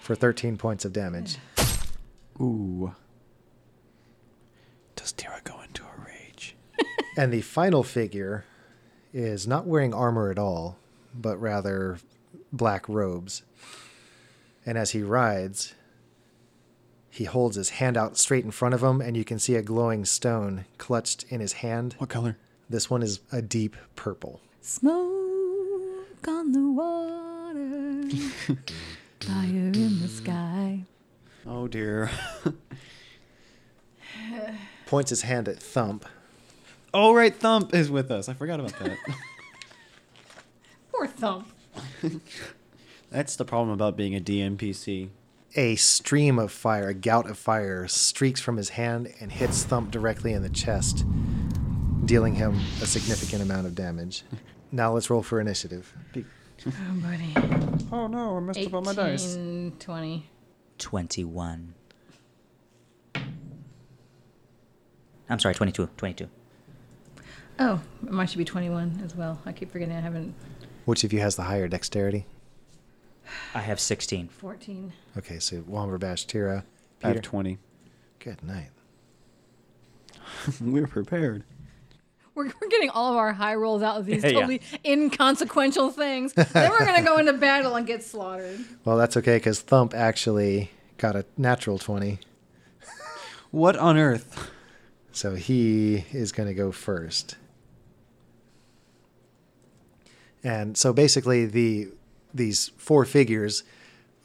[SPEAKER 1] for 13 points of damage.
[SPEAKER 2] Ooh. Does Tira go into a rage?
[SPEAKER 1] And the final figure is not wearing armor at all, but rather black robes. And as he rides, he holds his hand out straight in front of him, and you can see a glowing stone clutched in his hand.
[SPEAKER 2] What color?
[SPEAKER 1] This one is a deep purple.
[SPEAKER 4] Smoke on
[SPEAKER 2] [LAUGHS]
[SPEAKER 4] the water, fire in the sky.
[SPEAKER 2] Oh dear. [LAUGHS]
[SPEAKER 1] Points his hand at Thump.
[SPEAKER 2] oh right, Thump is with us. I forgot about that.
[SPEAKER 4] Poor Thump.
[SPEAKER 2] That's the problem about being a DMPC.
[SPEAKER 1] A stream of fire, a gout of fire, streaks from his hand and hits Thump directly in the chest, dealing him a significant amount of damage. Now let's roll for initiative.
[SPEAKER 4] Oh, buddy.
[SPEAKER 2] Oh no, I messed
[SPEAKER 4] 18, 20.
[SPEAKER 5] 21. I'm sorry, 22. 22.
[SPEAKER 4] Oh, mine should be 21 as well. I keep forgetting I haven't.
[SPEAKER 1] Which of you has the higher dexterity?
[SPEAKER 5] I have 16.
[SPEAKER 4] 14.
[SPEAKER 1] Okay, so Womberbash, Tira,
[SPEAKER 2] I
[SPEAKER 1] Peter.
[SPEAKER 2] have twenty. [LAUGHS]
[SPEAKER 1] Good night.
[SPEAKER 2] We're prepared.
[SPEAKER 4] We're, we're getting all of our high rolls out of these
[SPEAKER 5] Yeah.
[SPEAKER 4] totally inconsequential things. then we're going to go into battle and get slaughtered.
[SPEAKER 1] Well, that's okay because Thump actually got a natural 20,
[SPEAKER 2] What on earth?
[SPEAKER 1] so he is going to go first. And so basically, the these four figures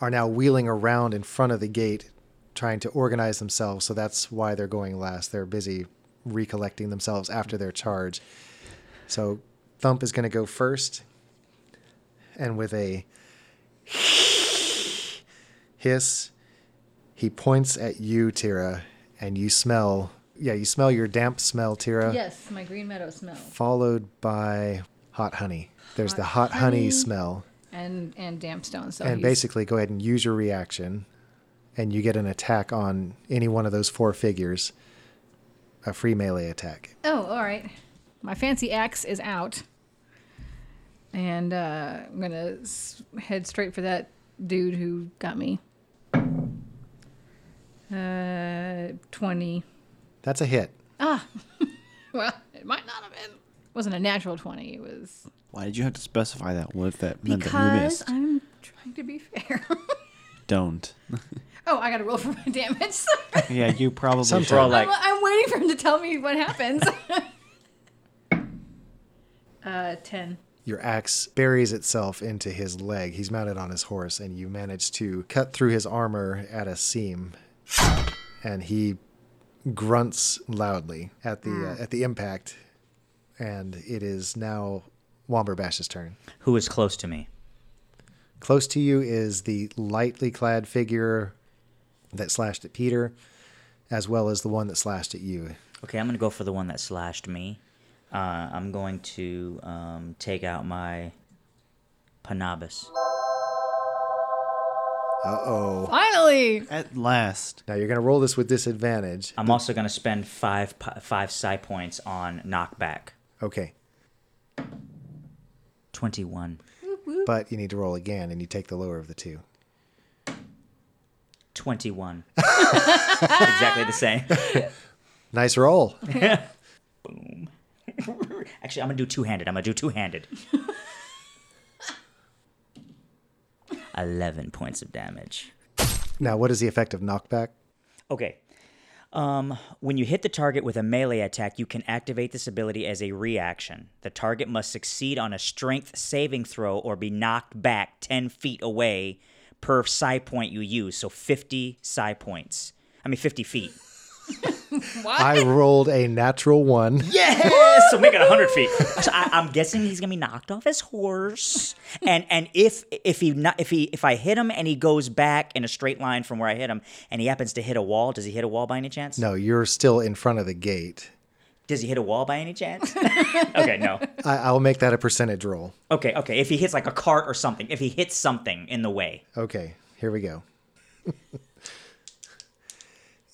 [SPEAKER 1] are now wheeling around in front of the gate, trying to organize themselves. So that's why they're going last. They're busy recollecting themselves after their charge. So Thump is going to go first, and with a [LAUGHS] hiss, he points at you, Tira, and you smell. Yeah, you smell your damp smell, Tira,
[SPEAKER 4] Yes, my green meadow smell.
[SPEAKER 1] followed by hot honey. There's the hot
[SPEAKER 4] Hot
[SPEAKER 1] honey
[SPEAKER 4] honey.
[SPEAKER 1] smell.
[SPEAKER 4] And and damp stone. So
[SPEAKER 1] And
[SPEAKER 4] he's-
[SPEAKER 1] basically, go ahead and use your reaction, and you get an attack on any one of those four figures, a free melee attack.
[SPEAKER 4] Oh, all right. My fancy axe is out. And uh, I'm going to s- head straight for that dude who got me. Uh, 20.
[SPEAKER 1] That's a hit.
[SPEAKER 4] Well, it might not have been. It wasn't a natural 20. It was.
[SPEAKER 2] Why did you have to specify that? What if that meant that you
[SPEAKER 4] Because
[SPEAKER 2] missed?
[SPEAKER 4] I'm trying to be fair. [LAUGHS]
[SPEAKER 2] Don't.
[SPEAKER 4] oh, I got to roll for my damage. [LAUGHS]
[SPEAKER 2] yeah, you probably
[SPEAKER 1] Sometimes.
[SPEAKER 2] should.
[SPEAKER 1] We're all
[SPEAKER 5] like-
[SPEAKER 4] I'm, I'm waiting for him to tell me what happens. [LAUGHS] uh, 10.
[SPEAKER 1] Your axe buries itself into his leg. He's mounted on his horse, and you manage to cut through his armor at a seam, and he grunts loudly at the uh, at the impact. And it is now Womberbash's turn.
[SPEAKER 5] Who is close to me?
[SPEAKER 1] Close to you is the lightly clad figure that slashed at Peter, as well as the one that slashed at you.
[SPEAKER 5] Okay, I'm going to go for the one that slashed me. Uh, I'm going to um, take out my Panabas.
[SPEAKER 1] Uh oh.
[SPEAKER 4] Finally!
[SPEAKER 2] At last.
[SPEAKER 1] Now you're going to roll this with disadvantage.
[SPEAKER 5] I'm also going to spend five pi- five psi points on knockback.
[SPEAKER 1] Okay.
[SPEAKER 5] 21.
[SPEAKER 1] But you need to roll again, and you take the lower of the two.
[SPEAKER 5] 21. [LAUGHS] exactly the same.
[SPEAKER 1] Nice roll.
[SPEAKER 5] Actually, I'm going to do two handed. I'm going to do two handed. 11 points of damage.
[SPEAKER 1] now, what is the effect of knockback?
[SPEAKER 5] Okay. Um, when you hit the target with a melee attack, you can activate this ability as a reaction. The target must succeed on a strength saving throw or be knocked back 10 feet away per psi point you use. So 50 psi points. I mean, 50 feet.
[SPEAKER 1] I rolled a natural one.
[SPEAKER 5] Yeah, so make it 100 feet. So I, I'm guessing he's gonna be knocked off his horse, and and if if he not, if he if I hit him and he goes back in a straight line from where I hit him, and he happens to hit a wall, does he hit a wall by any chance?
[SPEAKER 1] No, you're still in front of the gate.
[SPEAKER 5] Does he hit a wall by any
[SPEAKER 4] [LAUGHS]
[SPEAKER 5] chance? okay, no.
[SPEAKER 1] I, I'll make that a percentage roll.
[SPEAKER 5] Okay, okay. If he hits like a cart or something, if he hits something in the way,
[SPEAKER 1] Okay, here we go. [LAUGHS]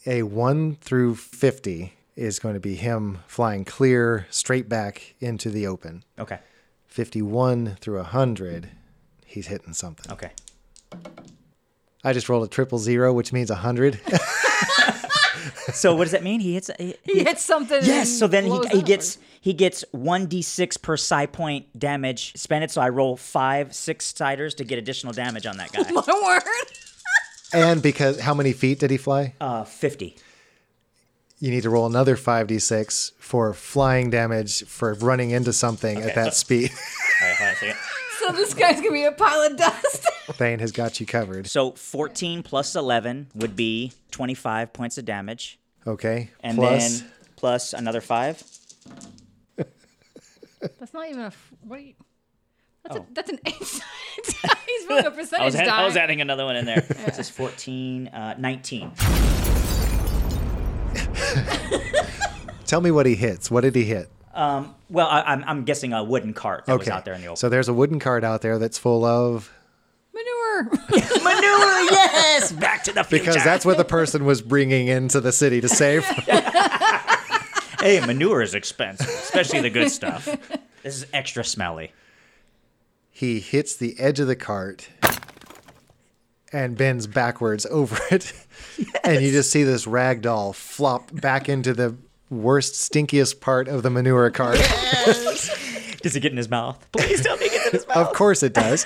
[SPEAKER 1] a 1 through 50 is going to be him flying clear straight back into the open.
[SPEAKER 5] okay,
[SPEAKER 1] 51 through 100, he's hitting something.
[SPEAKER 5] okay.
[SPEAKER 1] I just rolled a triple zero, which means
[SPEAKER 5] [LAUGHS]
[SPEAKER 1] 100.
[SPEAKER 5] So what does that mean? He hits. He,
[SPEAKER 4] [LAUGHS] He hits something.
[SPEAKER 5] Yes,
[SPEAKER 4] and
[SPEAKER 5] so then
[SPEAKER 4] blows
[SPEAKER 5] he, he
[SPEAKER 4] up. [LAUGHS]
[SPEAKER 5] gets he gets one d six per psi point damage. Spend it, so I roll five six siders to get additional damage on that guy.
[SPEAKER 4] [LAUGHS] My word.
[SPEAKER 1] and because how many feet did he fly?
[SPEAKER 5] Uh, fifty.
[SPEAKER 1] you need to roll another 5d6 for flying damage for running into something at
[SPEAKER 5] [LAUGHS]
[SPEAKER 1] that speed. [LAUGHS]
[SPEAKER 5] All right, hold on a second.
[SPEAKER 4] So this guy's gonna be a pile of dust. [LAUGHS]
[SPEAKER 1] Thane has got you covered.
[SPEAKER 5] So fourteen plus eleven would be twenty five points of damage,
[SPEAKER 1] Okay.
[SPEAKER 5] and
[SPEAKER 1] Plus,
[SPEAKER 5] then plus another five.
[SPEAKER 4] That's not even a. f- What? Are you, that's, a, that's an [LAUGHS] eight sided. He's rolling a percentage
[SPEAKER 5] Oh. [LAUGHS] I was, add- I was
[SPEAKER 4] die.
[SPEAKER 5] adding another one in there. This is 14, uh, 19.
[SPEAKER 1] tell me what he hits. What did he hit?
[SPEAKER 5] Well, I, I'm, I'm guessing a wooden cart that was
[SPEAKER 1] Okay.
[SPEAKER 5] out there in the open.
[SPEAKER 1] So there's a wooden card out there that's full of
[SPEAKER 5] [LAUGHS]
[SPEAKER 4] Manure.
[SPEAKER 5] [LAUGHS] Manure, yes! Back to the future.
[SPEAKER 1] because that's what the person
[SPEAKER 5] [LAUGHS]
[SPEAKER 1] was bringing into the city to save.
[SPEAKER 5] hey, manure is expensive, especially the good stuff. This is extra smelly.
[SPEAKER 1] he hits the edge of the cart and bends backwards over it. And you just see this rag doll flop back into the worst, stinkiest part of the manure cart.
[SPEAKER 5] Does it get in his mouth? Please tell me it gets in his mouth.
[SPEAKER 1] Of course it
[SPEAKER 4] [LAUGHS]
[SPEAKER 1] does.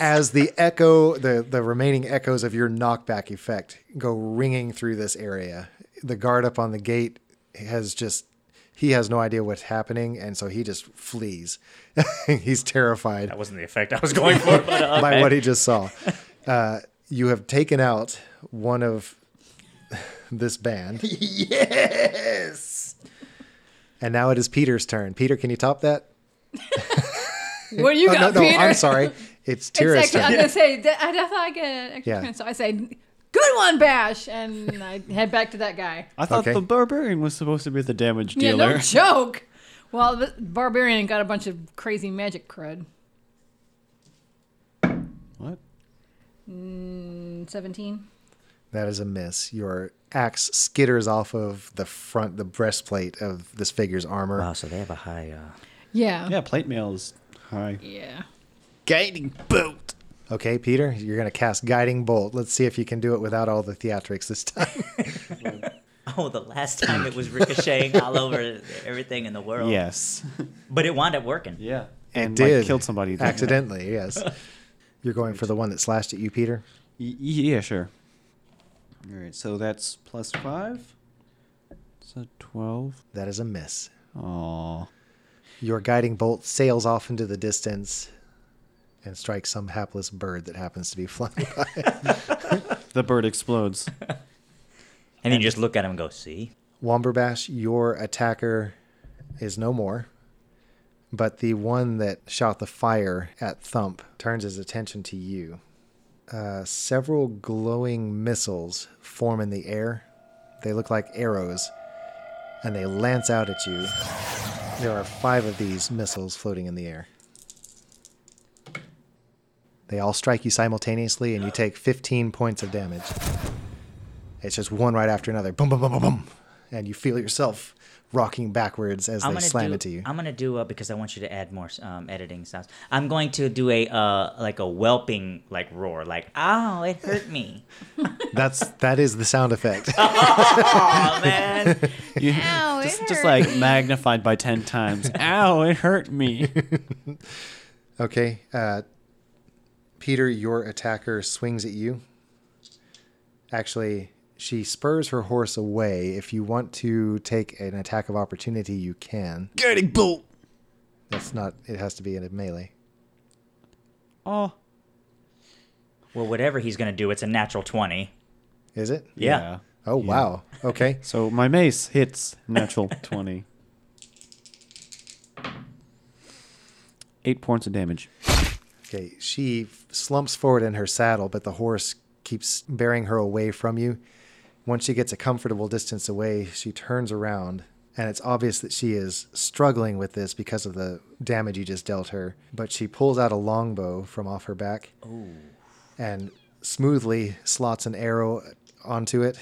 [SPEAKER 1] As the echo, the, the remaining echoes of your knockback effect go ringing through this area. The guard up on the gate has just, he has no idea what's happening. And so he just flees. [LAUGHS] He's terrified
[SPEAKER 5] That wasn't the effect I was going for. But, uh,
[SPEAKER 1] by what he just saw. Uh, you have taken out one of this
[SPEAKER 4] [LAUGHS]
[SPEAKER 1] band. yes. And now it is Peter's turn. Peter, can you top that?
[SPEAKER 4] what do you
[SPEAKER 1] Oh,
[SPEAKER 4] got,
[SPEAKER 1] no, no,
[SPEAKER 4] Peter?
[SPEAKER 1] I'm sorry.
[SPEAKER 4] [LAUGHS]
[SPEAKER 1] It's Tira's
[SPEAKER 4] It's actually- I'm
[SPEAKER 1] turn.
[SPEAKER 4] gonna say that- I thought I get an extra
[SPEAKER 1] Yeah.
[SPEAKER 4] turn, so I say, "Good one, Bash," and I head back to that guy.
[SPEAKER 2] I thought
[SPEAKER 1] Okay.
[SPEAKER 2] the barbarian was supposed to be the damage
[SPEAKER 4] Yeah,
[SPEAKER 2] dealer.
[SPEAKER 4] no joke. Well, the barbarian got a bunch of crazy magic crud.
[SPEAKER 2] What?
[SPEAKER 4] Seventeen.
[SPEAKER 1] That is a miss. Your axe skitters off of the front, the breastplate of this figure's armor.
[SPEAKER 5] wow, so they have a high. Uh,
[SPEAKER 4] Yeah.
[SPEAKER 2] Yeah, plate mail is high.
[SPEAKER 4] Yeah.
[SPEAKER 2] Guiding boat.
[SPEAKER 1] Okay, Peter, you're going to cast Guiding Bolt. Let's see if you can do it without all the theatrics this time.
[SPEAKER 5] [LAUGHS] oh, the last time it was ricocheting all over everything in the world.
[SPEAKER 2] Yes. [LAUGHS]
[SPEAKER 5] But it wound up working.
[SPEAKER 2] Yeah.
[SPEAKER 1] It
[SPEAKER 2] [LAUGHS] And
[SPEAKER 1] did.
[SPEAKER 2] like killed somebody. didn't it?
[SPEAKER 1] Accidentally,
[SPEAKER 2] [LAUGHS]
[SPEAKER 1] yes. You're going for the one that slashed at you, Peter?
[SPEAKER 2] Y- yeah, sure. All right, so that's plus five. So twelve.
[SPEAKER 1] That is a miss.
[SPEAKER 2] Oh.
[SPEAKER 1] Your guiding bolt sails off into the distance and strikes some hapless bird that happens to be flying
[SPEAKER 2] [LAUGHS]
[SPEAKER 1] by.
[SPEAKER 2] The bird [LAUGHS] explodes.
[SPEAKER 5] And then you just look at him and go, see?
[SPEAKER 1] Womberbash, your attacker is no more, but the one that shot the fire at Thump turns his attention to you. Uh, several glowing missiles form in the air. They look like arrows, and they lance out at you. There are five of these missiles floating in the air. They all strike you simultaneously, and you take 15 points of damage. It's just one right after another. Boom, boom, boom, boom, boom. And you feel yourself rocking backwards as
[SPEAKER 5] I'm
[SPEAKER 1] they
[SPEAKER 5] gonna
[SPEAKER 1] slam
[SPEAKER 5] do,
[SPEAKER 1] into you.
[SPEAKER 5] I'm gonna do uh, because I want you to add more um, editing sounds. I'm going to do a uh, like a whelping like roar, like "ow, it hurt me."
[SPEAKER 1] That's that is the sound effect. [LAUGHS]
[SPEAKER 5] oh man,
[SPEAKER 2] You-
[SPEAKER 4] Ow, Oh, it
[SPEAKER 2] just, just
[SPEAKER 4] hurt
[SPEAKER 2] like magnified by 10 times. Ow, it hurt [LAUGHS] me.
[SPEAKER 1] okay, uh, Peter, your attacker swings at you. Actually, she spurs her horse away. If you want to take an attack of opportunity, you can.
[SPEAKER 2] Guiding bolt.
[SPEAKER 1] That's not. It has to be in a melee.
[SPEAKER 2] Oh.
[SPEAKER 5] well, whatever he's gonna do, it's a natural twenty.
[SPEAKER 1] Is it?
[SPEAKER 5] Yeah.
[SPEAKER 1] Oh wow. Okay.
[SPEAKER 2] So my mace hits [LAUGHS] natural 20. Eight points of damage.
[SPEAKER 1] Okay, she f- slumps forward in her saddle, but the horse keeps bearing her away from you. Once she gets a comfortable distance away, she turns around, and it's obvious that she is struggling with this because of the damage you just dealt her. But she pulls out a longbow from off her back and smoothly slots an arrow onto it.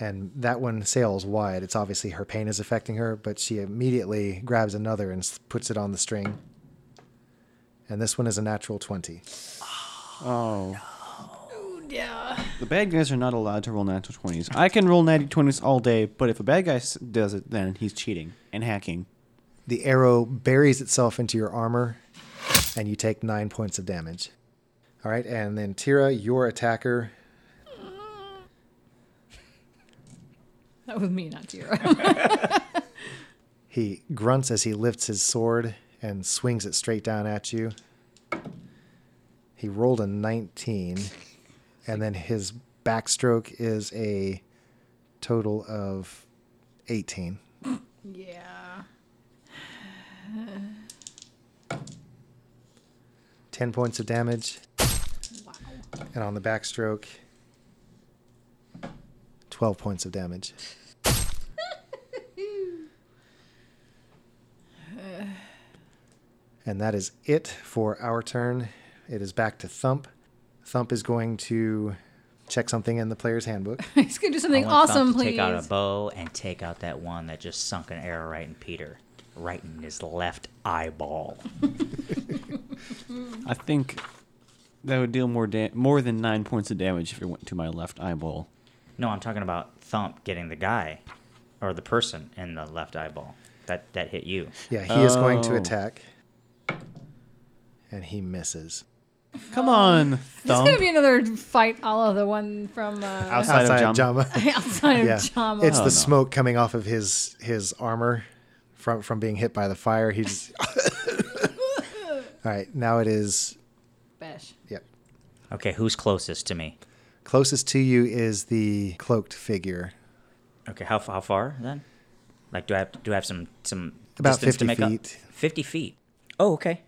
[SPEAKER 1] And that one sails wide. It's obviously her pain is affecting her, but she immediately grabs another and s- puts it on the string. And this one is a natural 20.
[SPEAKER 2] Oh.
[SPEAKER 4] Yeah.
[SPEAKER 2] The bad guys are not allowed to roll natural 20s. I can roll natty 20s all day, but if a bad guy s- does it, then he's cheating and hacking.
[SPEAKER 1] The arrow buries itself into your armor, and you take nine points of damage. All right, and then Tira, your attacker.
[SPEAKER 4] That was me, not [LAUGHS] you.
[SPEAKER 1] He grunts as he lifts his sword and swings it straight down at you. He rolled a 19, and then his backstroke is a total of 18.
[SPEAKER 4] yeah.
[SPEAKER 1] 10 points of damage. And on the backstroke, 12 points of damage. and that is it for our turn. It is back to Thump. Thump is going to check something in the player's handbook.
[SPEAKER 4] He's gonna do something
[SPEAKER 5] I want Thump
[SPEAKER 4] awesome,
[SPEAKER 5] to
[SPEAKER 4] please.
[SPEAKER 5] Take out a bow and take out that one that just sunk an arrow right in Peter, right in his left eyeball.
[SPEAKER 2] I think that would deal more da- more than nine points of damage if it went to my left eyeball.
[SPEAKER 5] No, I'm talking about Thump getting the guy or the person in the left eyeball that that hit you.
[SPEAKER 1] Yeah, he is going to
[SPEAKER 2] Oh.
[SPEAKER 1] attack. And he misses.
[SPEAKER 2] Come on,
[SPEAKER 4] It's
[SPEAKER 2] thumb.
[SPEAKER 4] Oh. gonna be another fight, a la the one
[SPEAKER 5] [LAUGHS]
[SPEAKER 4] from uh, outside,
[SPEAKER 2] Outside of [LAUGHS]
[SPEAKER 1] Jama.
[SPEAKER 4] of [LAUGHS]
[SPEAKER 1] yeah.
[SPEAKER 4] Chama.
[SPEAKER 1] It's the
[SPEAKER 2] no.
[SPEAKER 1] smoke coming off of his his armor from from being hit by the fire. He's [LAUGHS] All right, now it is
[SPEAKER 4] Bash.
[SPEAKER 1] yep.
[SPEAKER 5] Okay, who's closest to me?
[SPEAKER 1] Closest to you is the cloaked figure.
[SPEAKER 5] Okay, how f- how far then? Like, do I have do I have some some
[SPEAKER 1] About
[SPEAKER 5] distance to
[SPEAKER 1] 50
[SPEAKER 5] make
[SPEAKER 1] feet.
[SPEAKER 5] up? Fifty feet. Oh, okay.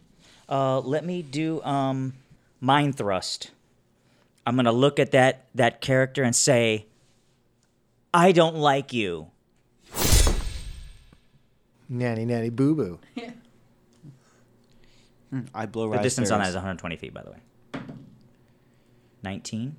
[SPEAKER 5] Uh, let me do um, mind thrust. I'm gonna look at that that character and say, "I don't like you."
[SPEAKER 1] Nanny nanny boo boo.
[SPEAKER 2] I blow
[SPEAKER 5] The
[SPEAKER 2] raspberries.
[SPEAKER 5] distance on that is 120 feet, by the way. 19.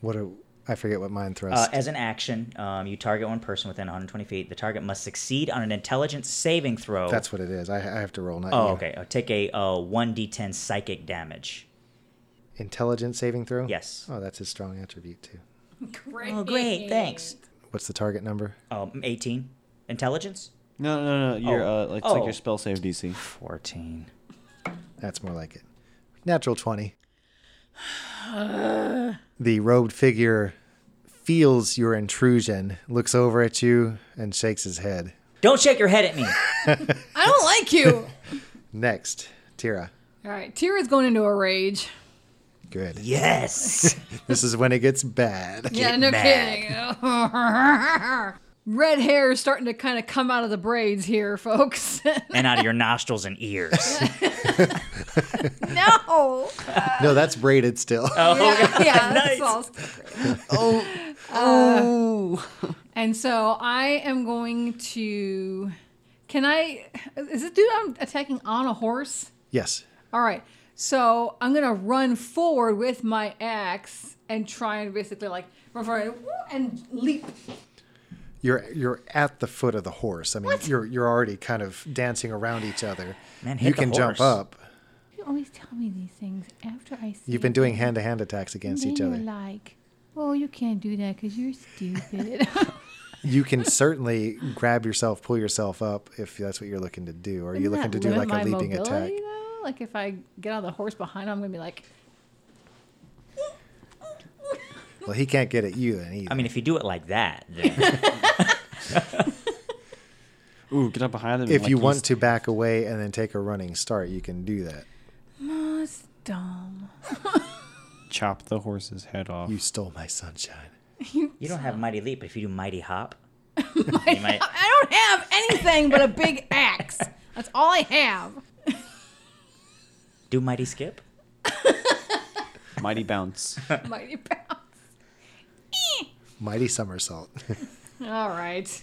[SPEAKER 1] What a I forget what mine
[SPEAKER 5] Uh,
[SPEAKER 1] thrust.
[SPEAKER 5] as an action, um, you target one person within 120 feet. The target must succeed on an intelligence saving throw.
[SPEAKER 1] That's what it is. I, I have to roll. Not
[SPEAKER 5] Oh,
[SPEAKER 1] you.
[SPEAKER 5] okay. Uh, take a uh, 1d10 psychic damage.
[SPEAKER 1] Intelligence saving throw.
[SPEAKER 5] Yes.
[SPEAKER 1] Oh, that's his strong attribute too.
[SPEAKER 4] Great.
[SPEAKER 5] Oh, great. Thanks.
[SPEAKER 1] What's the target number?
[SPEAKER 5] Um, 18. Intelligence?
[SPEAKER 2] No, no, no. Your
[SPEAKER 5] Oh.
[SPEAKER 2] uh, like, it's
[SPEAKER 5] Oh.
[SPEAKER 2] like your spell save DC.
[SPEAKER 5] 14.
[SPEAKER 1] That's more like it. Natural 20. the robed figure feels your intrusion, looks over at you, and shakes his head.
[SPEAKER 5] Don't shake your head at me.
[SPEAKER 4] I don't
[SPEAKER 1] [LAUGHS]
[SPEAKER 4] like you.
[SPEAKER 1] Next, Tira.
[SPEAKER 4] All right, Tira's going into a rage.
[SPEAKER 1] Good.
[SPEAKER 5] yes.
[SPEAKER 1] This is when it gets bad.
[SPEAKER 4] yeah, no kidding. [LAUGHS] Red hair is starting to kind of come out of the braids here, folks.
[SPEAKER 5] [LAUGHS]
[SPEAKER 4] [LAUGHS]
[SPEAKER 5] and out of your nostrils and ears.
[SPEAKER 4] no.
[SPEAKER 1] No, that's braided still.
[SPEAKER 5] Oh.
[SPEAKER 4] yeah, yeah that's all stuck right now. Uh, and so I am going to. Can I? Is this dude I'm attacking on a horse?
[SPEAKER 1] Yes.
[SPEAKER 4] All right. So I'm gonna run forward with my axe and try and basically like refer and leap.
[SPEAKER 1] You're you're at the foot of the horse. I mean, you're you're already kind of dancing around each other.
[SPEAKER 5] Man, hit
[SPEAKER 1] you
[SPEAKER 5] the
[SPEAKER 1] can jump
[SPEAKER 5] horse.
[SPEAKER 1] up.
[SPEAKER 4] You always tell me these things after I see.
[SPEAKER 1] You've been doing hand-to-hand attacks against each other.
[SPEAKER 4] like, oh, you can't do that because you're stupid.
[SPEAKER 1] You can certainly grab yourself, pull yourself up if that's what [LAUGHS] you're looking to do. Or are you
[SPEAKER 4] [LAUGHS]
[SPEAKER 1] looking to do like a leaping attack?
[SPEAKER 4] Though? Like if I get on the horse behind, I'm gonna be like,
[SPEAKER 1] Well, he can't get at you then either.
[SPEAKER 5] I mean, if you do it like that, then
[SPEAKER 2] Ooh, get up behind them.
[SPEAKER 1] if you want to back away and then take a running start, you can do that.
[SPEAKER 4] oh, it's dumb.
[SPEAKER 2] chop the horse's head off.
[SPEAKER 1] You stole my sunshine.
[SPEAKER 5] you don't have mighty leap. But if you do mighty
[SPEAKER 4] [LAUGHS]
[SPEAKER 5] hop,
[SPEAKER 4] Oh
[SPEAKER 5] you might.
[SPEAKER 4] I don't have anything but a big [LAUGHS] axe. That's all I have. [LAUGHS]
[SPEAKER 5] Do mighty skip?
[SPEAKER 2] [LAUGHS] Mighty bounce.
[SPEAKER 4] Mighty pounds.
[SPEAKER 1] Mighty somersault. [LAUGHS]
[SPEAKER 4] All right.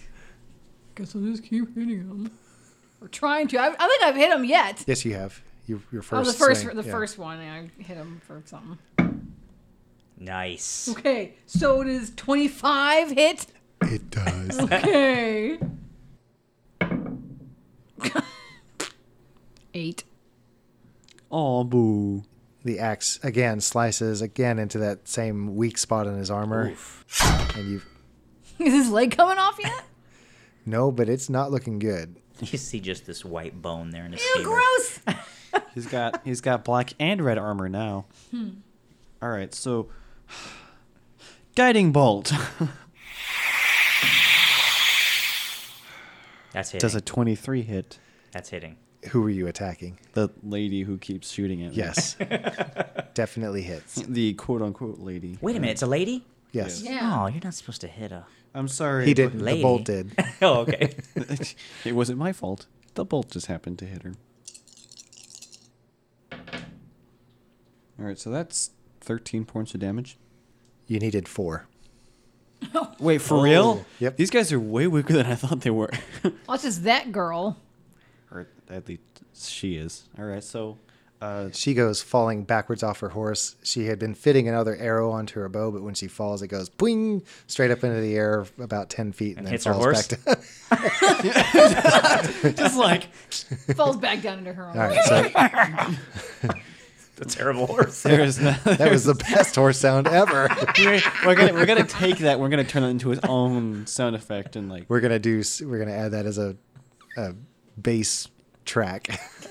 [SPEAKER 4] Guess I'll just keep hitting him. Or trying to. I, I think I've hit him yet.
[SPEAKER 1] yes, you have. You, your
[SPEAKER 4] Oh,
[SPEAKER 1] first.
[SPEAKER 4] the first,
[SPEAKER 1] swing,
[SPEAKER 4] the
[SPEAKER 1] yeah.
[SPEAKER 4] first one. I hit him for something.
[SPEAKER 5] Nice. [LAUGHS]
[SPEAKER 4] Okay, so does 25 hit?
[SPEAKER 1] It does.
[SPEAKER 4] [LAUGHS] Okay. Eight.
[SPEAKER 2] Oh boo.
[SPEAKER 1] the axe again slices again into that same weak spot in his armor. And you
[SPEAKER 4] Is his leg coming off yet?
[SPEAKER 1] no, but it's not looking good.
[SPEAKER 5] You see just this white bone there in his
[SPEAKER 4] Ew,
[SPEAKER 5] femur.
[SPEAKER 4] gross!
[SPEAKER 2] He's got he's got black and red armor now.
[SPEAKER 4] Hmm.
[SPEAKER 2] All right, so guiding bolt
[SPEAKER 5] That's
[SPEAKER 2] [LAUGHS]
[SPEAKER 5] hitting.
[SPEAKER 2] does a twenty-three hit.
[SPEAKER 5] That's hitting.
[SPEAKER 1] Who were you attacking?
[SPEAKER 2] The lady who keeps shooting at me.
[SPEAKER 5] [LAUGHS]
[SPEAKER 1] Yes. Definitely hits.
[SPEAKER 2] the quote-unquote lady.
[SPEAKER 5] Wait a minute, it's a lady.
[SPEAKER 1] Yes.
[SPEAKER 4] Yeah.
[SPEAKER 5] Oh, you're not supposed to hit a.
[SPEAKER 2] I'm sorry.
[SPEAKER 1] He
[SPEAKER 2] but-
[SPEAKER 1] didn't.
[SPEAKER 5] Lady.
[SPEAKER 1] The bolt did.
[SPEAKER 5] [LAUGHS] oh, [LAUGHS] okay.
[SPEAKER 2] it wasn't my fault. The bolt just happened to hit her. All right, so that's 13 points of damage.
[SPEAKER 1] You needed four.
[SPEAKER 2] Wait, for real?
[SPEAKER 1] Yep.
[SPEAKER 2] These guys are way weaker than I thought they were.
[SPEAKER 4] Watch this, that girl.
[SPEAKER 2] or at least she is. All right, so uh,
[SPEAKER 1] She goes falling backwards off her horse. She had been fitting another arrow onto her bow, but when she falls, it goes boing straight up into the air about ten feet and, then
[SPEAKER 5] hits her
[SPEAKER 1] falls
[SPEAKER 5] horse?
[SPEAKER 1] back down.
[SPEAKER 2] [LAUGHS]
[SPEAKER 1] [LAUGHS]
[SPEAKER 2] just like
[SPEAKER 4] Falls back down into her own.
[SPEAKER 1] All right, so
[SPEAKER 5] The terrible horse.
[SPEAKER 2] there's the,
[SPEAKER 1] that was the best horse sound ever. [LAUGHS]
[SPEAKER 2] we're, [LAUGHS] we're gonna we're gonna take that. We're gonna turn it into its own sound effect and like
[SPEAKER 1] We're gonna do. s- We're gonna add that as a, a bass track. [LAUGHS]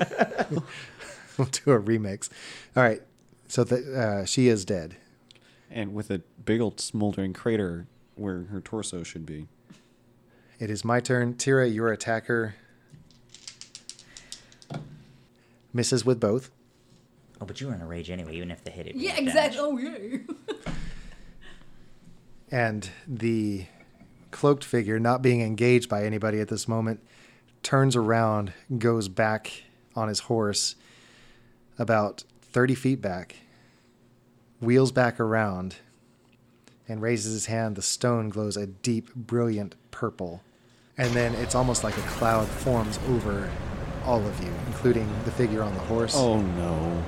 [SPEAKER 1] we'll do a remix. All right. So the, uh, she is dead.
[SPEAKER 2] and with a big old smoldering crater where her torso should be.
[SPEAKER 1] It is my turn. Tira, your attacker misses with both.
[SPEAKER 5] Oh, but you were in a rage anyway, even if they hit it.
[SPEAKER 4] Yeah,
[SPEAKER 5] damage.
[SPEAKER 4] exactly. Oh, yeah.
[SPEAKER 1] and the cloaked figure, not being engaged by anybody at this moment, turns around, goes back on his horse about 30 feet back, wheels back around, and raises his hand. The stone glows a deep, brilliant purple. And then it's almost like a cloud forms over all of you, including the figure on the horse.
[SPEAKER 2] Oh no!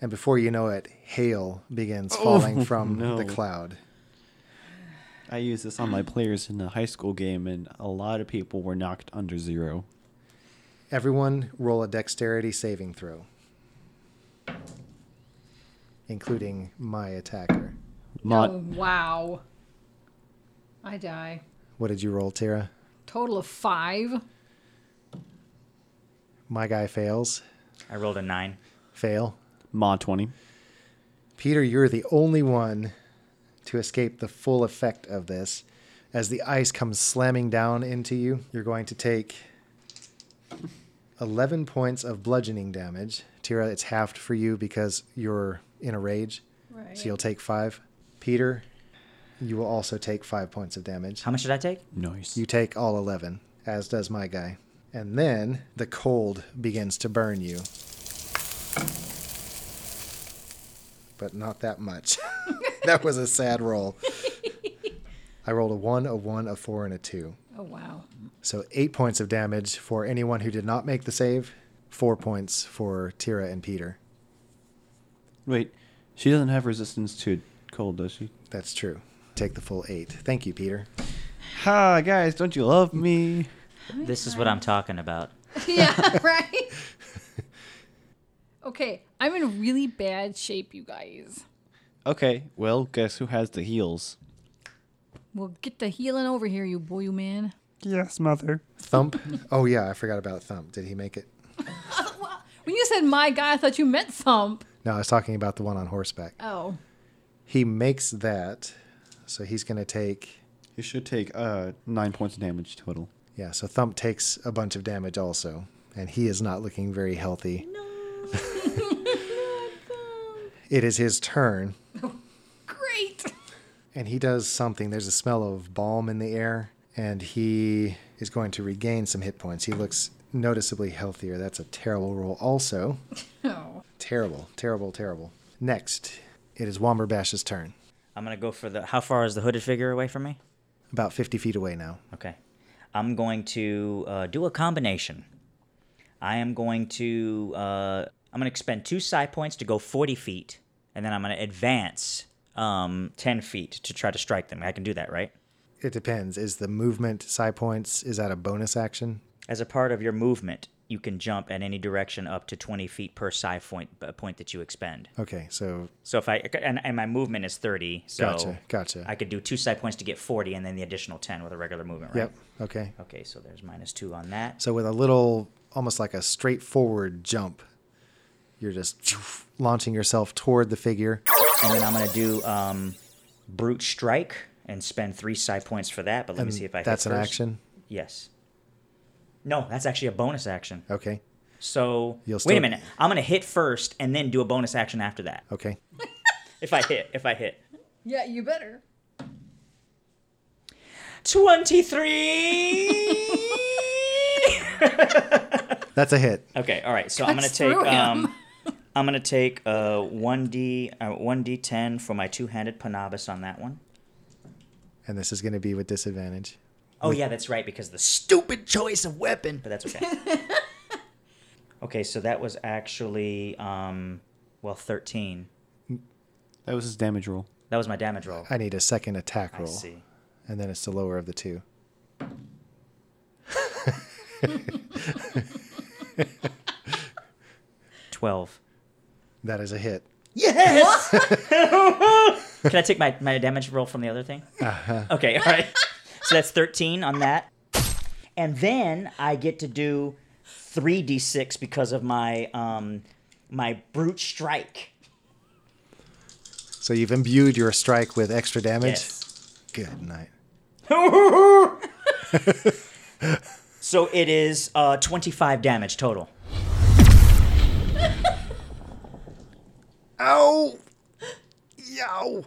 [SPEAKER 1] And before you know it, hail begins
[SPEAKER 2] [LAUGHS]
[SPEAKER 1] falling from
[SPEAKER 2] Oh, no.
[SPEAKER 1] the cloud.
[SPEAKER 2] I used this on [CLEARS THROAT] my players in a high school game, and a lot of people were knocked under zero.
[SPEAKER 1] Everyone roll a dexterity saving throw, including my attacker.
[SPEAKER 2] Mon-
[SPEAKER 4] Oh, wow. I die.
[SPEAKER 1] What did you roll, Tira?
[SPEAKER 4] Total of five.
[SPEAKER 1] My guy fails.
[SPEAKER 5] I rolled a nine.
[SPEAKER 1] Fail.
[SPEAKER 2] Ma twenty.
[SPEAKER 1] Peter, you're the only one to escape the full effect of this. As the ice comes slamming down into you, you're going to take 11 points of bludgeoning damage. Tira, it's halved for you because you're in a rage.
[SPEAKER 4] Right.
[SPEAKER 1] So you'll take five. Peter, you will also take five points of damage.
[SPEAKER 5] How much did I take?
[SPEAKER 4] Oh,
[SPEAKER 2] Nice.
[SPEAKER 1] You take all 11, as does my guy. And then the cold begins to burn you. But not that much. [LAUGHS] that was a sad roll. I rolled a 1, a 1, a 4, and a 2.
[SPEAKER 4] Oh, wow. [LAUGHS]
[SPEAKER 1] So 8 points of damage for anyone who did not make the save, 4 points for Tira and Peter.
[SPEAKER 2] Wait, she doesn't have resistance to cold, does she?
[SPEAKER 1] That's true. take the full eight. Thank you, Peter.
[SPEAKER 2] Ha, guys, don't you love me?
[SPEAKER 5] This is what I'm talking about.
[SPEAKER 4] yeah, [LAUGHS] right? okay, I'm in really bad shape, you guys.
[SPEAKER 2] [LAUGHS] Okay, well, guess who has the heels?
[SPEAKER 4] Well, get the healing over here, you boy, you man.
[SPEAKER 2] Yes, mother.
[SPEAKER 1] Thump. oh yeah, I forgot about Thump. Did he make it?
[SPEAKER 4] When you said my guy, I thought you meant thump.
[SPEAKER 1] No, I was talking about the one on horseback.
[SPEAKER 4] Oh.
[SPEAKER 1] He makes that, so he's going to take.
[SPEAKER 2] You should take uh nine points of damage total.
[SPEAKER 1] Yeah, so Thump takes a bunch of damage also, and he is not looking very healthy. [LAUGHS] It is his turn,
[SPEAKER 4] Great.
[SPEAKER 1] and he does something. There's a smell of balm in the air, and he is going to regain some hit points. He looks noticeably healthier. That's a terrible roll, also.
[SPEAKER 4] Oh.
[SPEAKER 1] Terrible, terrible, terrible. Next, it is Womberbash's turn.
[SPEAKER 5] I'm gonna go for the. How far is the hooded figure away from me?
[SPEAKER 1] About 50 feet away now.
[SPEAKER 5] Okay. I'm going to uh, do a combination. I am going to. Uh, I'm going to expend two psi points to go 40 feet, and then I'm going to advance um, 10 feet to try to strike them. I can do that, right?
[SPEAKER 1] It depends. Is the movement psi points? Is that a bonus action?
[SPEAKER 5] As a part of your movement, you can jump at any direction up to 20 feet per psi point, uh, point that you expend.
[SPEAKER 1] Okay, so
[SPEAKER 5] So if I and, and my movement is 30, so
[SPEAKER 1] Gotcha, gotcha.
[SPEAKER 5] I could do two psi points to get 40, and then the additional 10 with a regular movement, right?
[SPEAKER 1] yep. Okay,
[SPEAKER 5] Okay, so there's minus two on that.
[SPEAKER 1] so with a little, almost like a straightforward jump, you're just launching yourself toward the figure.
[SPEAKER 5] and then I'm gonna do um, brute strike and spend three psi points for that. But let me see if I. hit
[SPEAKER 1] That's an
[SPEAKER 5] first.
[SPEAKER 1] action.
[SPEAKER 5] Yes. No, that's actually a bonus action.
[SPEAKER 1] Okay,
[SPEAKER 5] So
[SPEAKER 1] You'll
[SPEAKER 5] wait
[SPEAKER 1] still-
[SPEAKER 5] a minute. I'm gonna hit first and then do a bonus action after that.
[SPEAKER 1] okay.
[SPEAKER 5] If I hit, if I hit.
[SPEAKER 4] Yeah, you better.
[SPEAKER 5] Twenty three.
[SPEAKER 1] That's a hit.
[SPEAKER 5] Okay, all right. So I'm gonna
[SPEAKER 4] Cuts
[SPEAKER 5] take
[SPEAKER 4] through him. [LAUGHS]
[SPEAKER 5] um, I'm gonna take uh one d uh, one d ten for my two handed panabas on that one.
[SPEAKER 1] And this is going to be with disadvantage.
[SPEAKER 5] Oh yeah, that's right because the stupid choice of weapon. But that's
[SPEAKER 4] [LAUGHS]
[SPEAKER 5] okay. okay, so that was actually um, well thirteen.
[SPEAKER 2] That was his damage roll.
[SPEAKER 5] That was my damage roll.
[SPEAKER 1] I need a second attack
[SPEAKER 5] I
[SPEAKER 1] roll.
[SPEAKER 5] see.
[SPEAKER 1] And then it's the lower of the two.
[SPEAKER 5] Twelve.
[SPEAKER 1] That is a hit.
[SPEAKER 5] Can I take my, my damage roll from the other thing? Okay, all right. So that's 13 on that. And then I get to do 3d6 because of my um my brute strike.
[SPEAKER 1] So you've imbued your strike with extra damage.
[SPEAKER 5] Yes.
[SPEAKER 1] Good night.
[SPEAKER 5] [LAUGHS] So it is uh 25 damage total.
[SPEAKER 1] Ow! Yow!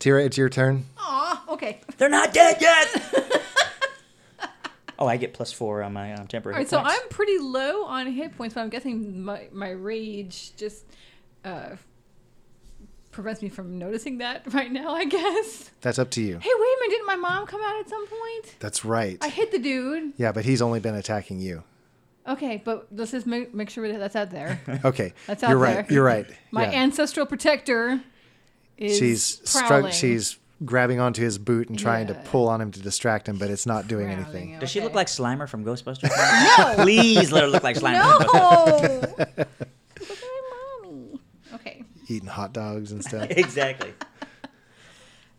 [SPEAKER 1] Tira, it's your turn.
[SPEAKER 4] Aw, okay.
[SPEAKER 5] They're not dead yet. [LAUGHS] oh, I get plus 4 on my um, temporary
[SPEAKER 4] All right,
[SPEAKER 5] hit
[SPEAKER 4] so
[SPEAKER 5] points.
[SPEAKER 4] I'm pretty low on hit points, but I'm guessing my, my rage just uh, prevents me from noticing that [LAUGHS] right now, I guess.
[SPEAKER 1] That's up to you.
[SPEAKER 4] Hey, wait a minute. Didn't my mom come out at some point?
[SPEAKER 1] That's right.
[SPEAKER 4] I hit the dude.
[SPEAKER 1] Yeah, but he's only been attacking
[SPEAKER 4] [LAUGHS]
[SPEAKER 1] you.
[SPEAKER 4] Okay, but let's just make, make sure that that's out [LAUGHS] there.
[SPEAKER 1] Okay.
[SPEAKER 4] That's out
[SPEAKER 1] you're right.
[SPEAKER 4] there.
[SPEAKER 1] You're right.
[SPEAKER 4] My
[SPEAKER 1] yeah.
[SPEAKER 4] ancestral protector is
[SPEAKER 1] she's
[SPEAKER 4] prowling.
[SPEAKER 1] she's grabbing onto his boot and trying
[SPEAKER 4] Yeah.
[SPEAKER 1] to pull on him to distract him, but it's not doing
[SPEAKER 4] Prowling,
[SPEAKER 1] anything.
[SPEAKER 5] Does she look
[SPEAKER 4] okay.
[SPEAKER 5] like Slimer from
[SPEAKER 4] [LAUGHS]
[SPEAKER 5] Ghostbusters? Please let her look like Slimer.
[SPEAKER 4] No. Look at [LAUGHS] my mommy. Okay.
[SPEAKER 1] Eating hot dogs
[SPEAKER 4] [LAUGHS]
[SPEAKER 1] and stuff.
[SPEAKER 5] [LAUGHS] Exactly.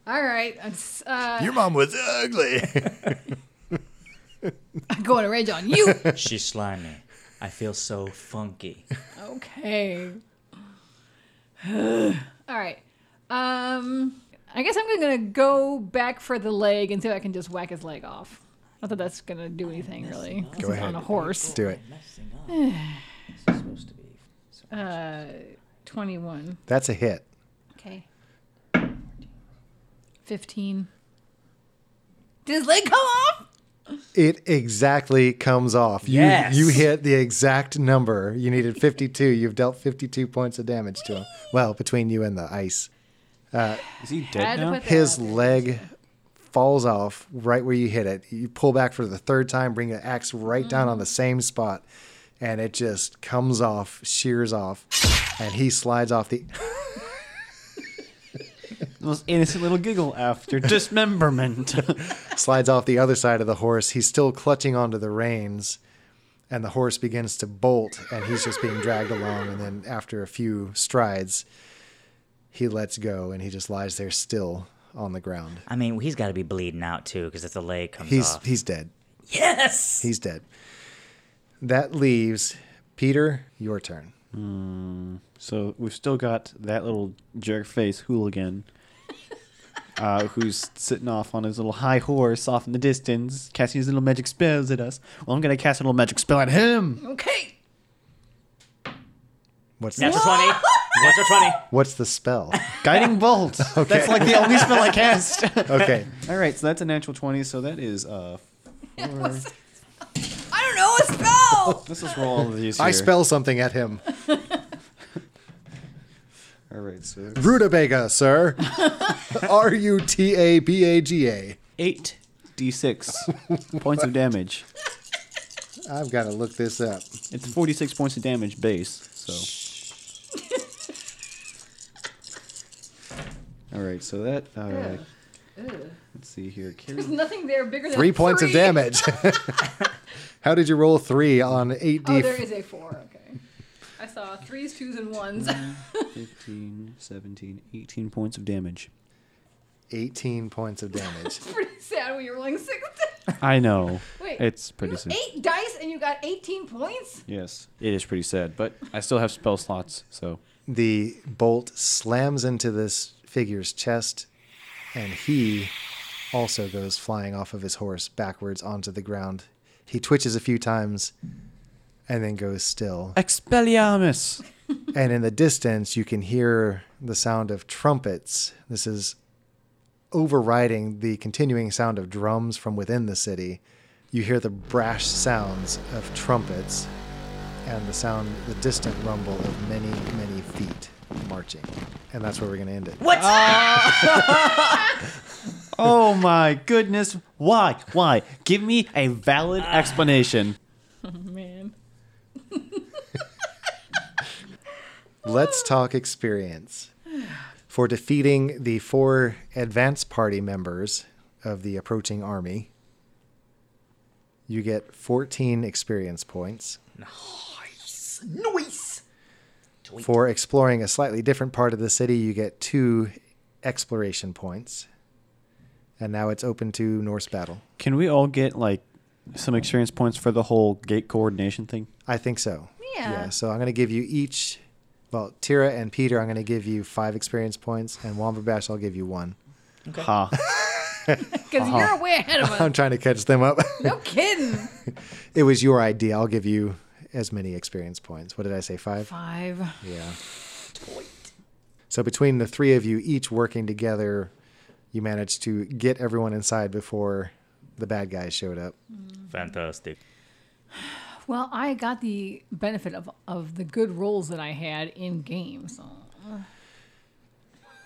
[SPEAKER 4] All right. I'm s- uh,
[SPEAKER 1] Your mom was ugly.
[SPEAKER 4] I'm [LAUGHS] going to rage on you.
[SPEAKER 5] She's slimy. I feel so funky.
[SPEAKER 4] okay. [SIGHS] All right. Um, I guess I'm gonna go back for the leg and see if I can just whack his leg off. Not that that's gonna do anything really. Go
[SPEAKER 1] ahead.
[SPEAKER 4] On a horse.
[SPEAKER 1] Do it.
[SPEAKER 5] [SIGHS]
[SPEAKER 4] Uh, 21.
[SPEAKER 1] That's a hit.
[SPEAKER 4] Okay. 15. Did his leg come off?
[SPEAKER 1] It exactly comes off. You
[SPEAKER 5] Yes.
[SPEAKER 1] you hit the exact number. You needed 52. You've dealt 52 points of damage to him. Well, between you and the ice.
[SPEAKER 2] Is he
[SPEAKER 4] I had
[SPEAKER 2] dead
[SPEAKER 4] to
[SPEAKER 2] now?
[SPEAKER 4] put that
[SPEAKER 1] His
[SPEAKER 4] out there.
[SPEAKER 1] leg falls off right where you hit it. You pull back for the third time, bring the axe right down on the same spot, and it just comes off, shears off, and he slides off the.
[SPEAKER 2] most innocent little giggle [LAUGHS] after dismemberment.
[SPEAKER 1] [LAUGHS] slides off the other side of the horse. He's still clutching onto the reins, and the horse begins to bolt, and he's just being dragged along. And then, after a few strides, he lets go, and he just lies there still on the ground.
[SPEAKER 5] I mean, he's got to be bleeding out too, because if the leg comes
[SPEAKER 1] He's
[SPEAKER 5] off,
[SPEAKER 1] he's dead.
[SPEAKER 5] [LAUGHS] yes.
[SPEAKER 1] He's dead. That leaves Peter. Your turn.
[SPEAKER 2] so we've still got that little jerk face hooligan, uh, who's sitting off on his little high horse off in the distance, casting his little magic spells at us. Well, I'm gonna cast a little magic spell at him.
[SPEAKER 4] Okay.
[SPEAKER 1] What's the,
[SPEAKER 5] Natural
[SPEAKER 4] [LAUGHS]
[SPEAKER 5] twenty. Natural twenty.
[SPEAKER 1] what's the spell?
[SPEAKER 2] Guiding
[SPEAKER 1] [LAUGHS]
[SPEAKER 2] bolt. That's like the only spell I cast.
[SPEAKER 1] Okay,
[SPEAKER 2] All right, so that's a natural twenty. So that is uh,
[SPEAKER 4] I don't know a spell.
[SPEAKER 2] let's just roll all of these.
[SPEAKER 1] I
[SPEAKER 2] here.
[SPEAKER 1] spell something at him.
[SPEAKER 2] All right, so
[SPEAKER 1] Rutabaga,
[SPEAKER 4] [LAUGHS]
[SPEAKER 1] sir. R U T A B A G A.
[SPEAKER 2] eight
[SPEAKER 1] [LAUGHS]
[SPEAKER 2] d6 points of damage.
[SPEAKER 1] I've got to look this up.
[SPEAKER 2] It's 46 points of damage base. So. All right, so that. Uh, Let's see here. Carry,
[SPEAKER 4] There's nothing there bigger than
[SPEAKER 1] Three points of
[SPEAKER 4] three. [LAUGHS]
[SPEAKER 1] damage. [LAUGHS] How did you roll three on 8D?
[SPEAKER 4] Oh, there is a four. Okay. I saw threes, twos, and ones.
[SPEAKER 2] 15, 17, 18 points of damage.
[SPEAKER 1] 18 points of damage.
[SPEAKER 4] pretty [LAUGHS] sad when you're rolling six. [LAUGHS]
[SPEAKER 2] I know.
[SPEAKER 4] Wait,
[SPEAKER 2] it's pretty
[SPEAKER 4] you
[SPEAKER 2] sad.
[SPEAKER 4] Eight dice and you got 18 points.
[SPEAKER 2] Yes, it is pretty sad, but I still have spell slots, so.
[SPEAKER 1] The bolt slams into this figure's chest, and he also goes flying off of his horse backwards onto the ground. He twitches a few times and then goes still.
[SPEAKER 2] Expelliarmus!
[SPEAKER 1] And in the distance, you can hear the sound of trumpets. This is overriding the continuing sound of drums from within the city. You hear the brash sounds of trumpets and the sound, the distant rumble of many, many feet marching. And that's where we're going to end it.
[SPEAKER 5] What?
[SPEAKER 2] Oh my goodness. Why? Why? Give me a valid
[SPEAKER 4] Ah.
[SPEAKER 2] explanation.
[SPEAKER 4] Man.
[SPEAKER 1] Let's talk experience. For defeating the four advance party members of the approaching army, you get 14 experience points.
[SPEAKER 5] Noise.
[SPEAKER 1] For exploring a slightly different part of the city, you get two exploration points. And now it's open to Norse battle.
[SPEAKER 2] Can we all get, like, some experience points for the whole gate coordination thing?
[SPEAKER 1] I think so.
[SPEAKER 4] Yeah.
[SPEAKER 1] so I'm going to give you each, well, Tira and Peter, I'm going to give you five experience points, and Womberbash, I'll give you one.
[SPEAKER 2] Ha.
[SPEAKER 4] Because you're way ahead of us.
[SPEAKER 1] I'm trying to catch them up. [LAUGHS]
[SPEAKER 4] No kidding.
[SPEAKER 1] it was your idea. I'll give you as many experience points. What did I say? Five?
[SPEAKER 4] Five.
[SPEAKER 1] Yeah. So between the three of you, each working together, you managed to get everyone inside before the bad guys showed up.
[SPEAKER 5] Fantastic.
[SPEAKER 4] Well, I got the benefit of, of the good rolls that I had in game. So.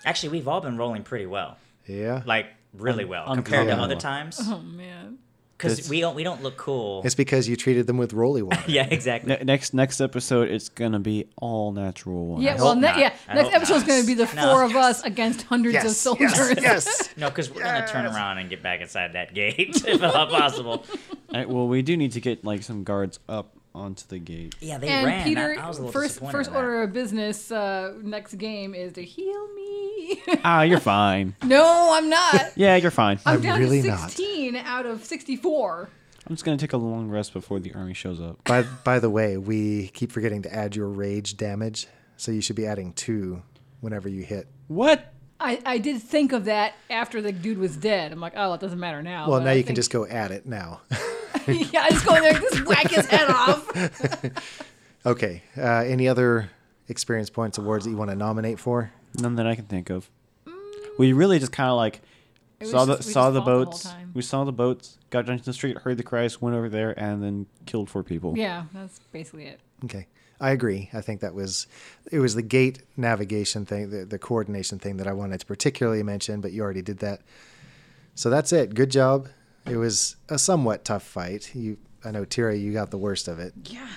[SPEAKER 5] Actually, we've all been rolling pretty well.
[SPEAKER 1] Yeah.
[SPEAKER 5] Like really well
[SPEAKER 2] I'm
[SPEAKER 5] compared to
[SPEAKER 2] cool.
[SPEAKER 5] other times.
[SPEAKER 4] Oh, man.
[SPEAKER 5] Because we don't we don't look cool.
[SPEAKER 1] it's because you treated them with roly water.
[SPEAKER 5] [LAUGHS] Yeah, exactly.
[SPEAKER 2] Ne- next next episode, it's gonna be all natural ones.
[SPEAKER 4] Yeah, well,
[SPEAKER 5] hope
[SPEAKER 4] ne-
[SPEAKER 5] not.
[SPEAKER 4] yeah.
[SPEAKER 5] I
[SPEAKER 4] Next
[SPEAKER 5] hope
[SPEAKER 4] episode's
[SPEAKER 5] not.
[SPEAKER 4] going to be the
[SPEAKER 5] No.
[SPEAKER 4] four of us against hundreds of
[SPEAKER 1] Yes,
[SPEAKER 4] soldiers.
[SPEAKER 1] yes, yes.
[SPEAKER 5] No, because we're gonna turn around and get back inside that gate [LAUGHS] if at all
[SPEAKER 4] [LAUGHS]
[SPEAKER 5] possible.
[SPEAKER 2] Alright, well, we do need to get like some guards up onto the
[SPEAKER 4] [LAUGHS]
[SPEAKER 2] gate.
[SPEAKER 5] Yeah, they
[SPEAKER 4] And
[SPEAKER 5] ran. I-
[SPEAKER 4] Peter,
[SPEAKER 5] I, was a little
[SPEAKER 4] first
[SPEAKER 5] disappointed
[SPEAKER 4] first
[SPEAKER 5] in that.
[SPEAKER 4] order of business uh, next game is to heal me. [LAUGHS]
[SPEAKER 2] Ah, you're fine.
[SPEAKER 4] no,
[SPEAKER 5] [LAUGHS]
[SPEAKER 4] I'm not.
[SPEAKER 2] Yeah, you're fine.
[SPEAKER 4] I'm,
[SPEAKER 2] I'm
[SPEAKER 4] down
[SPEAKER 1] really
[SPEAKER 4] to
[SPEAKER 1] not.
[SPEAKER 4] 16 out of 64.
[SPEAKER 2] just gonna take a long rest before the army shows up.
[SPEAKER 1] by, by the way, we keep forgetting to add your rage damage. So you should be adding two whenever you hit.
[SPEAKER 2] What?
[SPEAKER 4] I, I did think of that after the dude was dead. I'm like, oh, it doesn't matter now.
[SPEAKER 1] Well,
[SPEAKER 4] but
[SPEAKER 1] now
[SPEAKER 4] I
[SPEAKER 1] you can
[SPEAKER 4] think-
[SPEAKER 1] just go at it now. [LAUGHS]
[SPEAKER 4] [LAUGHS] yeah, I just go in there and just whack
[SPEAKER 5] [LAUGHS]
[SPEAKER 4] his head off.
[SPEAKER 1] okay. Uh, any other experience points awards that you want to nominate for?
[SPEAKER 2] None that I can think of. We really just kind of like
[SPEAKER 4] It
[SPEAKER 2] saw
[SPEAKER 4] was
[SPEAKER 2] the
[SPEAKER 4] just- we
[SPEAKER 2] saw
[SPEAKER 4] just
[SPEAKER 2] the
[SPEAKER 4] fought the whole
[SPEAKER 2] boats.
[SPEAKER 4] time.
[SPEAKER 2] we saw the boats. Got down to the street, heard the cries, went over there, and then killed four people.
[SPEAKER 4] Yeah, that's basically it.
[SPEAKER 1] Okay. I agree. I think that was it was the gate navigation thing, the, the coordination thing that I wanted to particularly mention, but you already did that. So that's it. Good job. It was a somewhat tough fight. You I know Tira, you got the worst of it.
[SPEAKER 4] Yeah.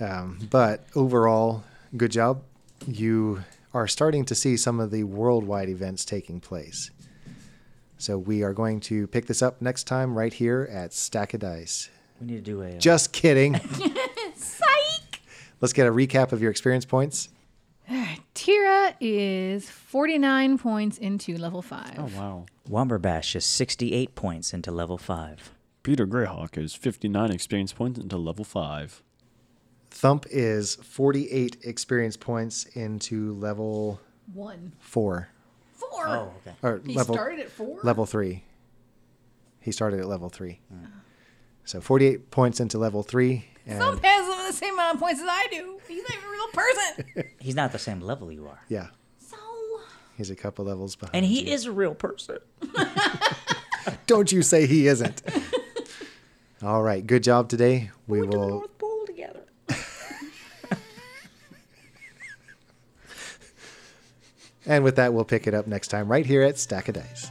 [SPEAKER 1] Um, but overall, good job. You are starting to see some of the worldwide events taking place. So we are going to pick this up next time right here at Stack of Dice.
[SPEAKER 5] We need to do a. uh,
[SPEAKER 1] Just kidding. [LAUGHS]
[SPEAKER 4] Psych!
[SPEAKER 1] Let's get a recap of your experience points.
[SPEAKER 4] Tira is 49 points into level 5.
[SPEAKER 2] Oh wow.
[SPEAKER 5] Womberbash is 68 points into level 5.
[SPEAKER 2] Peter Greyhawk is 59 experience points into level 5.
[SPEAKER 1] Thump is 48 experience points into level
[SPEAKER 4] 1.
[SPEAKER 1] four
[SPEAKER 4] 4!
[SPEAKER 5] Oh, okay.
[SPEAKER 1] or
[SPEAKER 4] He
[SPEAKER 1] level
[SPEAKER 4] started at 4?
[SPEAKER 1] level three. He started at level three, so 48 points into level three.
[SPEAKER 4] Some
[SPEAKER 1] And
[SPEAKER 4] has the same amount of points as I do. He's not even a real
[SPEAKER 5] [LAUGHS]
[SPEAKER 4] person.
[SPEAKER 5] He's not the same level you are.
[SPEAKER 1] yeah,
[SPEAKER 4] So
[SPEAKER 1] he's a couple levels behind.
[SPEAKER 5] And
[SPEAKER 1] you.
[SPEAKER 5] he is a real person.
[SPEAKER 1] Don't you say he isn't. All right, good job today. We will.
[SPEAKER 5] Bowl together.
[SPEAKER 1] [LAUGHS] And with that, we'll pick it up next time right here at Stack of Dice.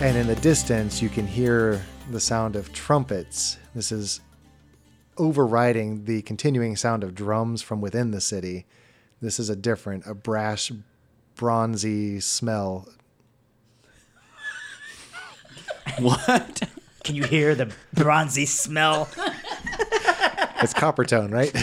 [SPEAKER 1] And in the distance, you can hear the sound of trumpets. This is overriding the continuing sound of drums from within the city. This is a different, a brash, bronzy smell
[SPEAKER 2] What?
[SPEAKER 5] Can you hear the bronzy smell?
[SPEAKER 1] [LAUGHS] It's copper tone, right?